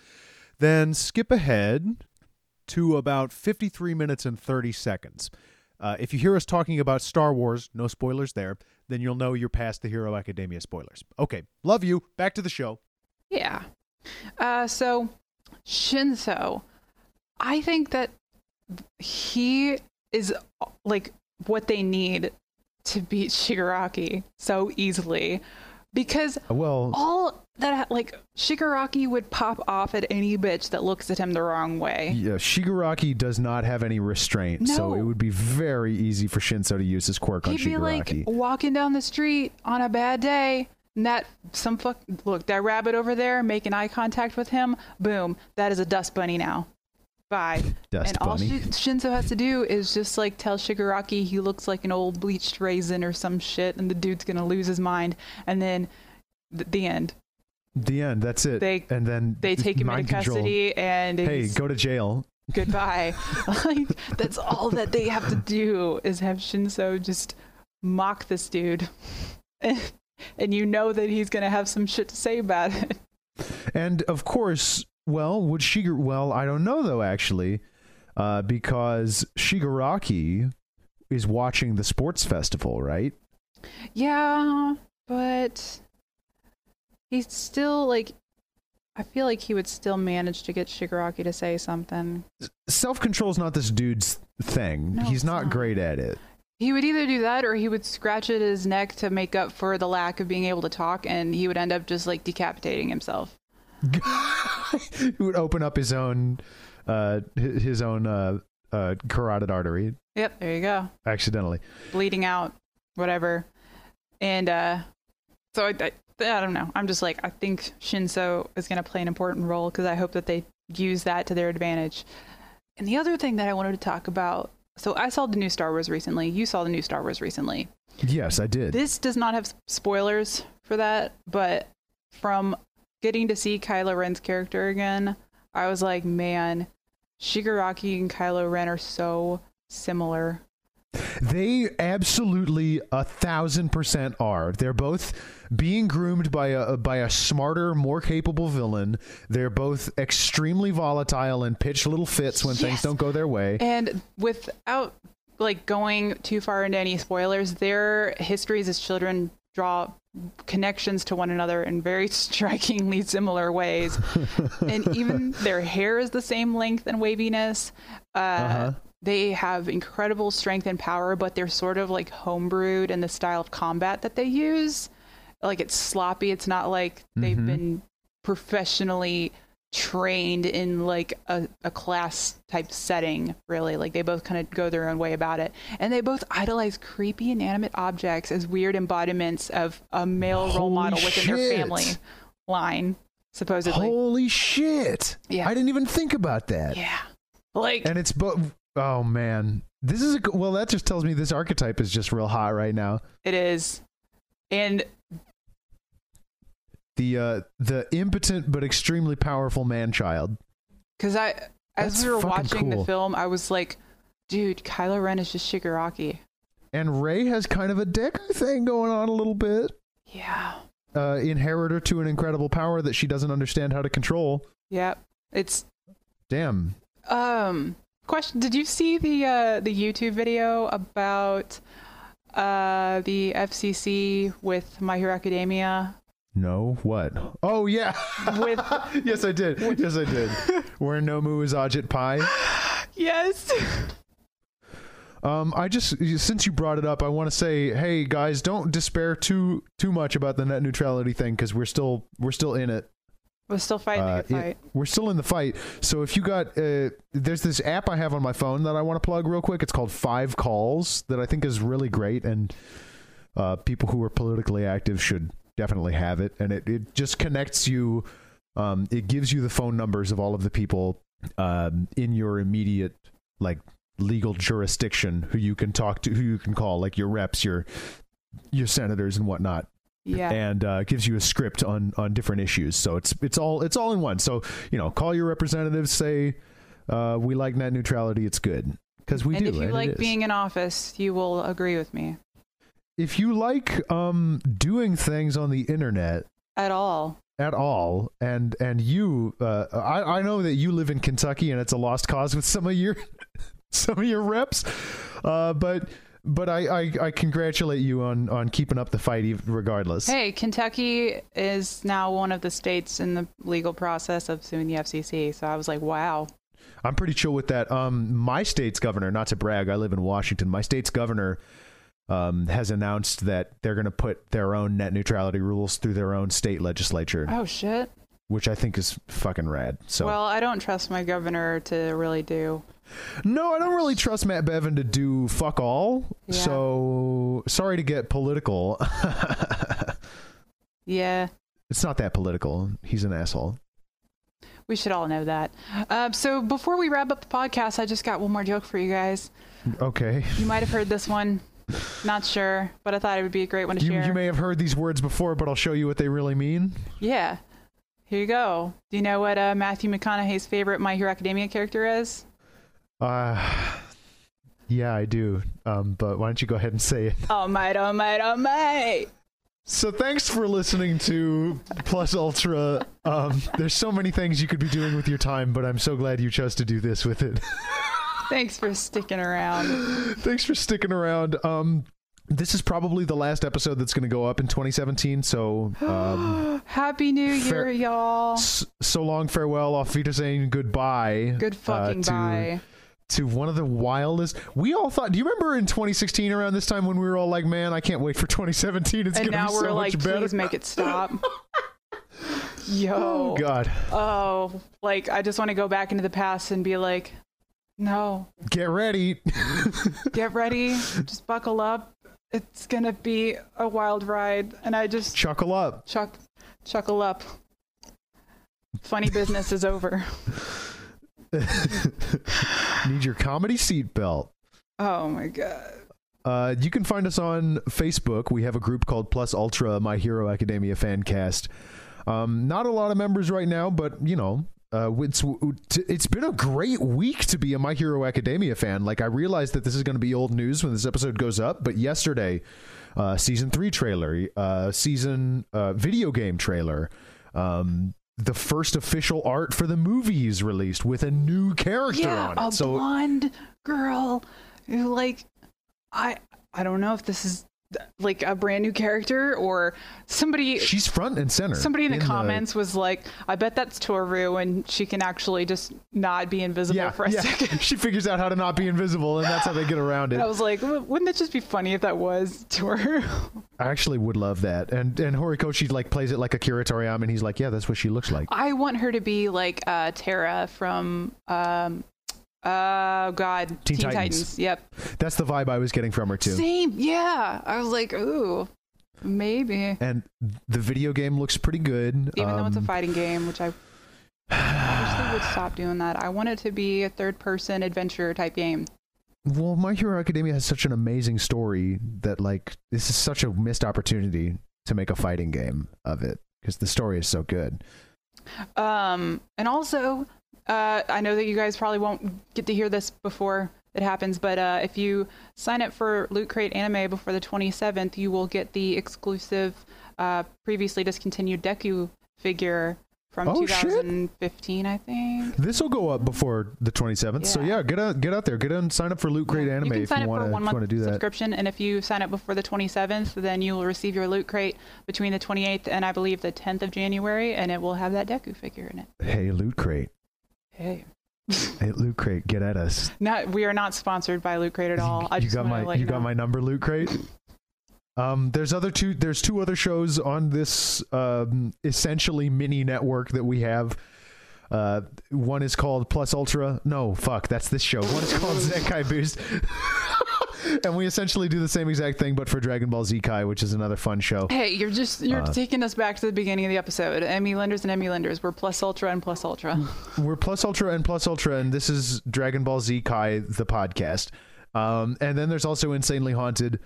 S2: then skip ahead to about 53 minutes and 30 seconds. Uh, if you hear us talking about Star Wars, no spoilers there, then you'll know you're past the Hero Academia spoilers. Okay, love you. Back to the show.
S1: Yeah. Uh, so Shinso, I think that he is like what they need to beat Shigaraki so easily because
S2: Uh, Well,
S1: all that like Shigaraki would pop off at any bitch that looks at him the wrong way.
S2: yeah, Shigaraki does not have any restraint, so
S1: No.
S2: it would be very easy for Shinso to use his quirk on
S1: He'd be like oh,
S2: Shigaraki.
S1: walking down the street on a bad day, and that some fuck look that rabbit over there making eye contact with him. Boom, that is a dust bunny now. Bye.
S2: Dust
S1: and all
S2: Bunny.
S1: Shi- Shinzo has to do is just like tell Shigaraki he looks like an old bleached raisin or some shit, and the dude's gonna lose his mind, and then th- the end.
S2: the end. That's it.
S1: They-
S2: and then
S1: They take him
S2: mind
S1: into
S2: control.
S1: custody, and
S2: Hey,
S1: it's
S2: go to jail.
S1: goodbye. like that's all that they have to do is have Shinzo just mock this dude, and you know that he's gonna have some shit to say about it.
S2: And of course, well, would Shigar? Well, I don't know though, actually, uh, because Shigaraki is watching the sports festival, right?
S1: Yeah, but he's still like. I feel like he would still manage to get Shigaraki to say something.
S2: Self control is not this dude's thing.
S1: No,
S2: He's
S1: it's
S2: not
S1: not.
S2: great at it.
S1: He would either do that or he would scratch at his neck to make up for the lack of being able to talk, and he would end up just like decapitating himself.
S2: he would open up his own, uh, hi- his own uh, uh, carotid artery
S1: Yep, there you go.
S2: accidentally.
S1: Bleeding out, whatever. And uh, so I, I, I don't know. I'm just like, I think Shinso is going to play an important role because I hope that they use that to their advantage. And the other thing that I wanted to talk about so I saw the new Star Wars recently. You saw the new Star Wars recently.
S2: Yes, I did.
S1: This does not have s- spoilers for that, but from getting to see Kylo Ren's character again, I was like, man, Shigaraki and Kylo Ren are so similar.
S2: They absolutely a thousand percent are. They're both being groomed by a by a smarter, more capable villain. They're both extremely volatile and pitch little fits when things
S1: Yes.
S2: don't go their way.
S1: And without like going too far into any spoilers, their histories as children draw connections to one another in very strikingly similar ways. and even their hair is the same length and waviness. Uh,
S2: Uh-huh.
S1: They have incredible strength and power, but they're sort of like homebrewed in the style of combat that they use. Like it's sloppy. It's not like
S2: Mm-hmm.
S1: they've been professionally trained in like a, a class type setting really like they both kind of go their own way about it and they both idolize creepy inanimate objects as weird embodiments of a male role
S2: Holy
S1: model within their
S2: shit.
S1: family line supposedly
S2: Holy shit!
S1: Yeah.
S2: I didn't even think about that.
S1: yeah like
S2: And it's both. Oh man, this is a go- well. That just tells me this archetype is just real hot right now.
S1: It is. And
S2: the uh, the impotent but extremely powerful man child.
S1: Because I, as
S2: That's
S1: we were
S2: fucking
S1: watching
S2: cool.
S1: the film, I was like, dude, Kylo Ren is just Shigaraki.
S2: And Ray has kind of a dick thing going on a little bit.
S1: Yeah.
S2: Uh, inheritor to an incredible power that she doesn't understand how to control.
S1: Yep. It's
S2: Damn.
S1: um question did you see the uh the YouTube video about uh the FCC with My Hero Academia?
S2: No, what? Oh yeah.
S1: With
S2: yes, I did. Yes, I did. Where Nomu is Ajit Pai.
S1: Yes.
S2: Um, I just since you brought it up, I want to say, hey guys, don't despair too too much about the net neutrality thing because we're still we're still in it.
S1: We're still fighting
S2: Uh,
S1: a good
S2: it-
S1: fight.
S2: We're still in the fight. So if you got uh, there's this app I have on my phone that I want to plug real quick. It's called Five Calls that I think is really great and uh, people who are politically active should definitely have it. And it it just connects you. Um, it gives you the phone numbers of all of the people um, in your immediate like legal jurisdiction who you can talk to, who you can call, like your reps, your your senators and whatnot
S1: yeah.
S2: and uh, gives you a script on on different issues. So it's it's all it's all in one. So you know, call your representatives, say uh, we like net neutrality. It's good because we
S1: and
S2: do.
S1: if you
S2: and it
S1: like
S2: is.
S1: being in office, you will agree with me.
S2: if you like um, doing things on the internet
S1: At all.
S2: at all, and and you, uh, I I know that you live in Kentucky and it's a lost cause with some of your some of your reps, uh, but. But I, I, I congratulate you on, on keeping up the fight, ev- regardless.
S1: Hey, Kentucky is now one of the states in the legal process of suing the FCC. So I was like, wow.
S2: I'm pretty chill with that. Um, my state's governor, not to brag, I live in Washington. My state's governor um, has announced that they're going to put their own net neutrality rules through their own state legislature,
S1: Oh, shit.
S2: which I think is fucking rad. So,
S1: Well, I don't trust my governor to really do.
S2: no, I don't really trust Matt Bevin to do fuck all.
S1: Yeah.
S2: So, sorry to get political.
S1: Yeah,
S2: it's not that political. He's an asshole.
S1: we should all know that. Um, so before we wrap up the podcast, I just got one more joke for you guys.
S2: Okay.
S1: You might have heard this one. Not sure, but I thought it would be a great one to
S2: You,
S1: share.
S2: you may have heard these words before, but I'll show you what they really mean.
S1: Yeah. Here you go. Do you know what uh, Matthew McConaughey's favorite My Hero Academia character is?
S2: Uh, yeah, I do. Um, but why don't you go ahead and say it?
S1: Oh, might, oh, might, oh, might.
S2: So thanks for listening to Plus Ultra. Um, there's so many things you could be doing with your time, but I'm so glad you chose to do this with it.
S1: Thanks for sticking around.
S2: thanks for sticking around. Um, this is probably the last episode that's going to go up in 2017. So um,
S1: Happy New Year,
S2: Fair-
S1: y'all.
S2: s- so long, farewell, off saying goodbye.
S1: Good
S2: uh,
S1: fucking
S2: to,
S1: bye.
S2: To one of the wildest. We all thought. Do you remember in 2016 around this time when we were all like, "Man, I can't wait for 2017. It's
S1: And
S2: going to
S1: now
S2: be
S1: we're
S2: so
S1: like,
S2: much better."
S1: please make it stop. Yo.
S2: oh God.
S1: oh, like I just want to go back into the past and be like, no,
S2: Get ready.
S1: get ready, just buckle up. It's gonna be a wild ride, and I just
S2: Chuckle up.
S1: chuck, chuckle up. Funny business is over.
S2: Need your comedy seatbelt.
S1: Oh my god.
S2: Uh, you can find us on Facebook. We have a group called Plus Ultra My Hero Academia Fancast. Um, not a lot of members right now, but you know, uh, it's it's been a great week to be a My Hero Academia fan. Like I realize that this is going to be old news when this episode goes up, but yesterday, uh, season three trailer, uh, season uh, video game trailer. Um, the first official art for the movie is released with a new character
S1: Yeah, Oh,
S2: on
S1: a
S2: it. So
S1: blonde girl who like, I I don't know if this is like a brand new character or somebody
S2: she's front and center.
S1: Somebody in the comments was like, "I bet that's Toru, and she can actually just not be invisible
S2: yeah,
S1: for a
S2: yeah.
S1: second.
S2: she figures out how to not be invisible, and that's how they get around it.
S1: I was like, "W- "Wouldn't that just be funny if that was Toru?"
S2: I actually would love that. And and Horikoshi like plays it like Akira Toriyama, and he's like, yeah, that's what she looks like.
S1: I want her to be like uh, Tara from, um, uh, God,
S2: Teen
S1: Teen,
S2: Titans.
S1: Titans. Yep.
S2: That's the vibe I was getting from her too.
S1: Same. Yeah. I was like, "Ooh, maybe."
S2: And the video game looks pretty good.
S1: Even though it's a
S2: Um,
S1: fighting game, which I. I wish they would stop doing that. I want it to be a third-person adventure type game.
S2: well, My Hero Academia has such an amazing story that like this is such a missed opportunity to make a fighting game of it. because the story is so good.
S1: Um, and also, uh, I know that you guys probably won't get to hear this before it happens, but uh, if you sign up for Loot Crate Anime before the 27th, you will get the exclusive, uh, previously discontinued Deku figure from
S2: Oh, shit.
S1: 2015, I think.
S2: This will go up before the 27th. So
S1: Yeah.
S2: yeah, get out get out there, get on sign up for Loot Crate
S1: Yeah,
S2: Anime
S1: you can
S2: if
S1: sign
S2: you
S1: up for
S2: want
S1: a
S2: to
S1: one
S2: want to
S1: month
S2: do that.
S1: subscription, and if you sign up before the 27th, then you will receive your loot crate between the 28th and I believe the 10th of January, and it will have that Deku figure in it.
S2: Hey Loot Crate,
S1: Hey,
S2: hey Loot Crate, get at us.
S1: not we are not sponsored by Loot Crate at all. I
S2: you
S1: just
S2: got
S1: wanna
S2: my
S1: let
S2: you got
S1: know.
S2: my number, Loot Crate. Um, there's other two. There's two other shows on this um, essentially mini network that we have. Uh, one is called Plus Ultra. No, fuck, that's this show. One is called Zenkai Boost. and we essentially do the same exact thing, but for Dragon Ball Z Kai, which is another fun show.
S1: Hey, you're just you're
S2: Uh,
S1: taking us back to the beginning of the episode. Emmy lenders and Emmy lenders. We're plus ultra and plus ultra.
S2: We're Plus Ultra and Plus Ultra, and this is Dragon Ball Z Kai, the podcast. Um, and then there's also Insanely Haunted.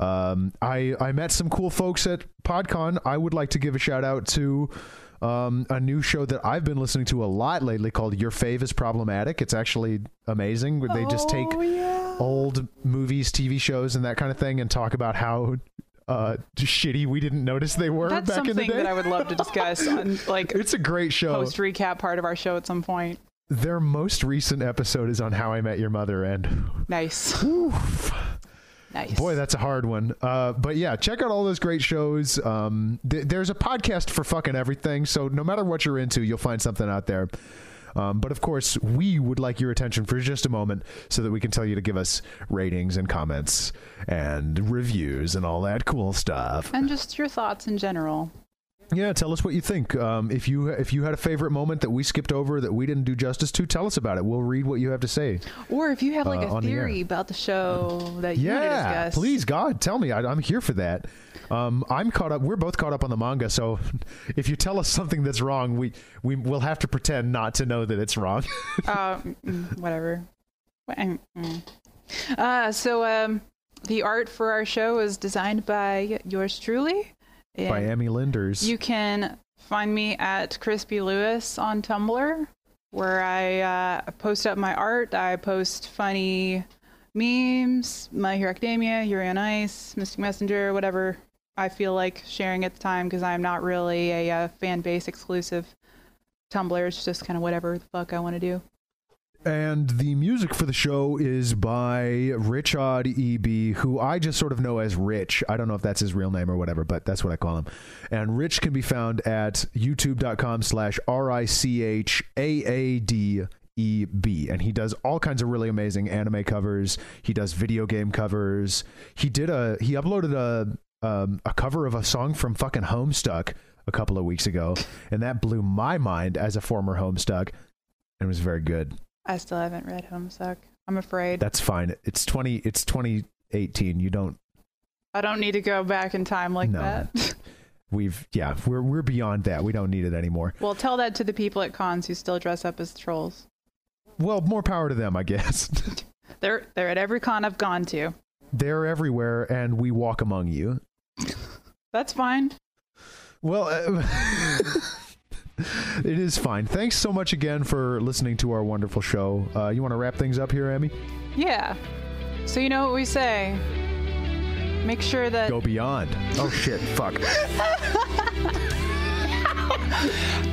S2: Um, I I met some cool folks at PodCon. I would like to give a shout out to um, a new show that I've been listening to a lot lately called Your Fave is Problematic. It's actually amazing. They just take
S1: Oh, yeah.
S2: old movies, TV shows, and that kind of thing, and talk about how uh, shitty we didn't notice they were
S1: That's
S2: back in
S1: something
S2: the day.
S1: that I would love to discuss on like
S2: it's a great show.
S1: post recap part of our show at some point.
S2: Their most recent episode is on How I Met Your Mother, and
S1: Nice, nice.
S2: boy, that's a hard one. Uh, but yeah, check out all those great shows. Um, th- there's a podcast for fucking everything, so no matter what you're into, you'll find something out there. Um, but of course, we would like your attention for just a moment so that we can tell you to give us ratings and comments and reviews and all that cool stuff.
S1: and just your thoughts in general.
S2: Yeah, tell us what you think. Um, if you if you had a favorite moment that we skipped over that we didn't do justice to, tell us about it. We'll read what you have to say.
S1: Or if you have like
S2: Uh,
S1: a
S2: on the air.
S1: theory about the show that you want to
S2: Yeah,
S1: discuss,
S2: please, God, tell me. I, I'm here for that. Um, I'm caught up. We're both caught up on the manga. So if you tell us something that's wrong, we we will have to pretend not to know that it's wrong.
S1: Uh, mm, mm, whatever. Wha- mm, mm. Uh, so um, the art for our show is designed by yours truly. And
S2: By Emmy Linders.
S1: You can find me at Crispy Lewis on Tumblr, where I uh, post up my art. I post funny memes, My Hero Academia, Yuri on Ice, Mystic Messenger, whatever I feel like sharing at the time, because I'm not really a, uh fan base exclusive Tumblr. It's just kind of whatever the fuck I want to do.
S2: And the music for the show is by Richard E.B., who I just sort of know as Rich. I don't know if that's his real name or whatever, but that's what I call him. And Rich can be found at youtube.com slash R-I-C-H-A-A-D-E-B. E And he does all kinds of really amazing anime covers. He does video game covers. He did a, he uploaded a, um, a cover of a song from fucking Homestuck a couple of weeks ago. And that blew my mind as a former Homestuck. And it was very good.
S1: I still haven't read Homesuck. I'm afraid.
S2: That's fine. It's twenty. It's twenty eighteen. You don't.
S1: I don't need to go back in time like
S2: No.
S1: that.
S2: We've yeah. We're we're beyond that. We don't need it anymore.
S1: well, tell that to the people at cons who still dress up as trolls.
S2: Well, more power to them, I guess.
S1: They're they're at every con I've gone to.
S2: They're everywhere, and we walk among you.
S1: That's fine.
S2: Well, uh, it is fine. Thanks so much again for listening to our wonderful show. Uh, you want to wrap things up here, Emmy?
S1: Yeah. So you know what we say. Make sure that
S2: Go beyond. Oh shit! Fuck.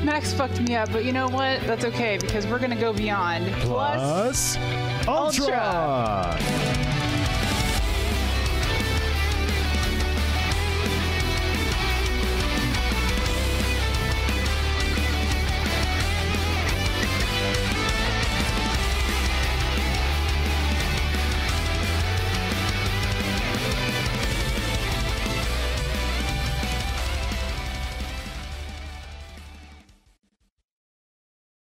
S1: Max fucked me up, but you know what? That's okay because we're gonna go beyond.
S2: Plus,
S1: Ultra.
S2: ultra.